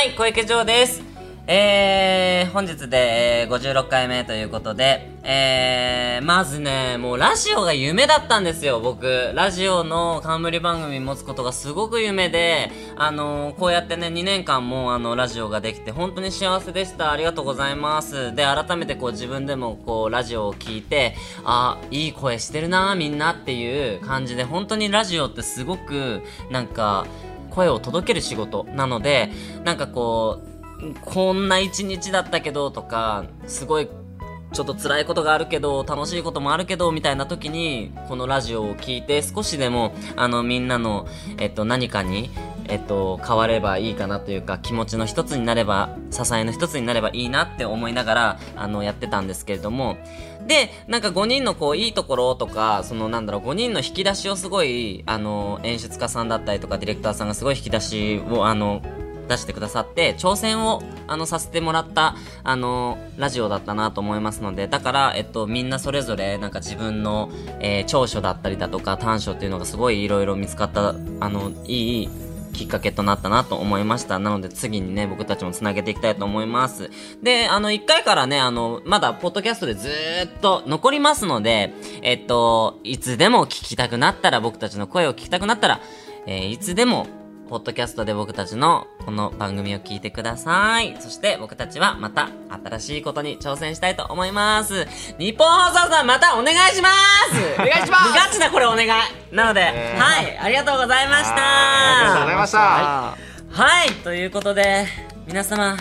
Speaker 2: い小池城ですえー、本日でえー56回目ということで、えー、まずね、もうラジオが夢だったんですよ、僕。ラジオの冠番組持つことがすごく夢で、あのーこうやってね、2年間もあの、ラジオができて、本当に幸せでした。ありがとうございます。で、改めてこう自分でもこう、ラジオを聞いて、あ、いい声してるな、みんなっていう感じで、本当にラジオってすごく、なんか、声を届ける仕事なので、なんかこう、こんな一日だったけどとか、すごい、ちょっと辛いことがあるけど、楽しいこともあるけど、みたいな時に、このラジオを聞いて、少しでも、あの、みんなの、えっと、何かに、えっと、変わればいいかなというか、気持ちの一つになれば、支えの一つになればいいなって思いながら、あの、やってたんですけれども、で、なんか5人のこう、いいところとか、そのなんだろう、5人の引き出しをすごい、あの、演出家さんだったりとか、ディレクターさんがすごい引き出しを、あの、出してくださって、挑戦を、あの、させてもらった、あの、ラジオだったなと思いますので、だから、えっと、みんなそれぞれ、なんか自分の、えー長所だったりだとか、短所っていうのがすごいいろいろ見つかった、あの、いい、きっかけとなったなと思いました。なので次にね、僕たちもつなげていきたいと思います。で、あの、1回からね、あの、まだ、ポッドキャストでずーっと残りますので、えっと、いつでも聞きたくなったら、僕たちの声を聞きたくなったら、えーいつでも、ポッドキャストで僕たちのこの番組を聞いてください。そして僕たちはまた新しいことに挑戦したいと思います。日本放送さんまたお願いしますお願いし ますガチだこれお願いなので、
Speaker 4: えー
Speaker 2: はい、ありがとうございました
Speaker 4: ありがとうございました、
Speaker 2: はい、ということで、皆様、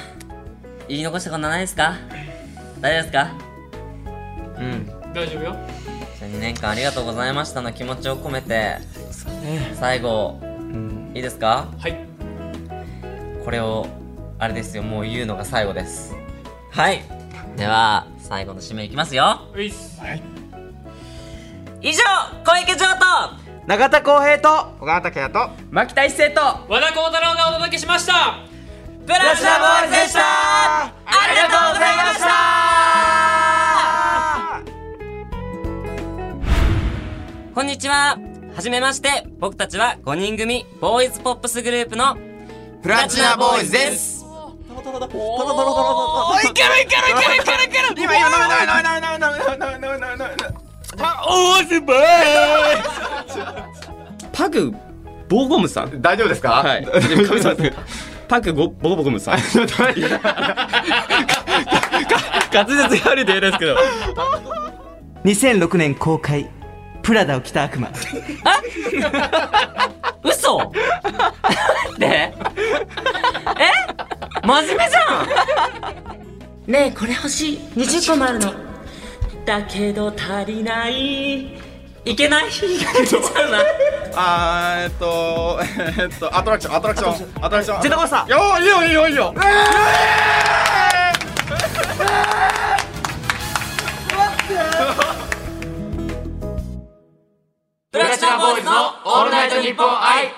Speaker 2: 言い残したことないですか大丈夫ですか
Speaker 1: 大丈夫よ
Speaker 2: じゃあ2年間ありがとうございましたの気持ちを込めて、最後、いいですか
Speaker 1: はい
Speaker 2: これを、あれですよ、もう言うのが最後です。はい。では、最後の締めいきますよ。
Speaker 1: ういっす
Speaker 2: 以上、小池城と、
Speaker 3: 中田浩平と
Speaker 4: 小川拓也と
Speaker 6: 牧田一生と
Speaker 1: 和田幸太郎がお届けしました
Speaker 2: ブラシナボーイズでしたありがとうございましたこんにちは。はじめまして、僕たちは5人組、ボーイズポップスグループの、
Speaker 4: プ
Speaker 2: ラチナボーイズです
Speaker 4: おーいけるいけるいけるいけるいける今今飲め飲め飲め飲め飲め飲め
Speaker 5: パグボーゴムさん
Speaker 4: 大丈夫ですか
Speaker 5: はい神様パグゴボーゴムさん滑舌悪いで言えないですけど
Speaker 3: 2006年公開プラダを着た悪魔
Speaker 2: 嘘 待ってえ真面目じゃんねえこれ欲しい20個もあるのだけど足りないいけ ないちょっとな
Speaker 4: あーえっとえっとアトラクションアトラクションアトラクション
Speaker 3: ジェットコースター
Speaker 4: よーいいよいいよいいよ
Speaker 2: プラチナボーイズのオールナイトニッポン愛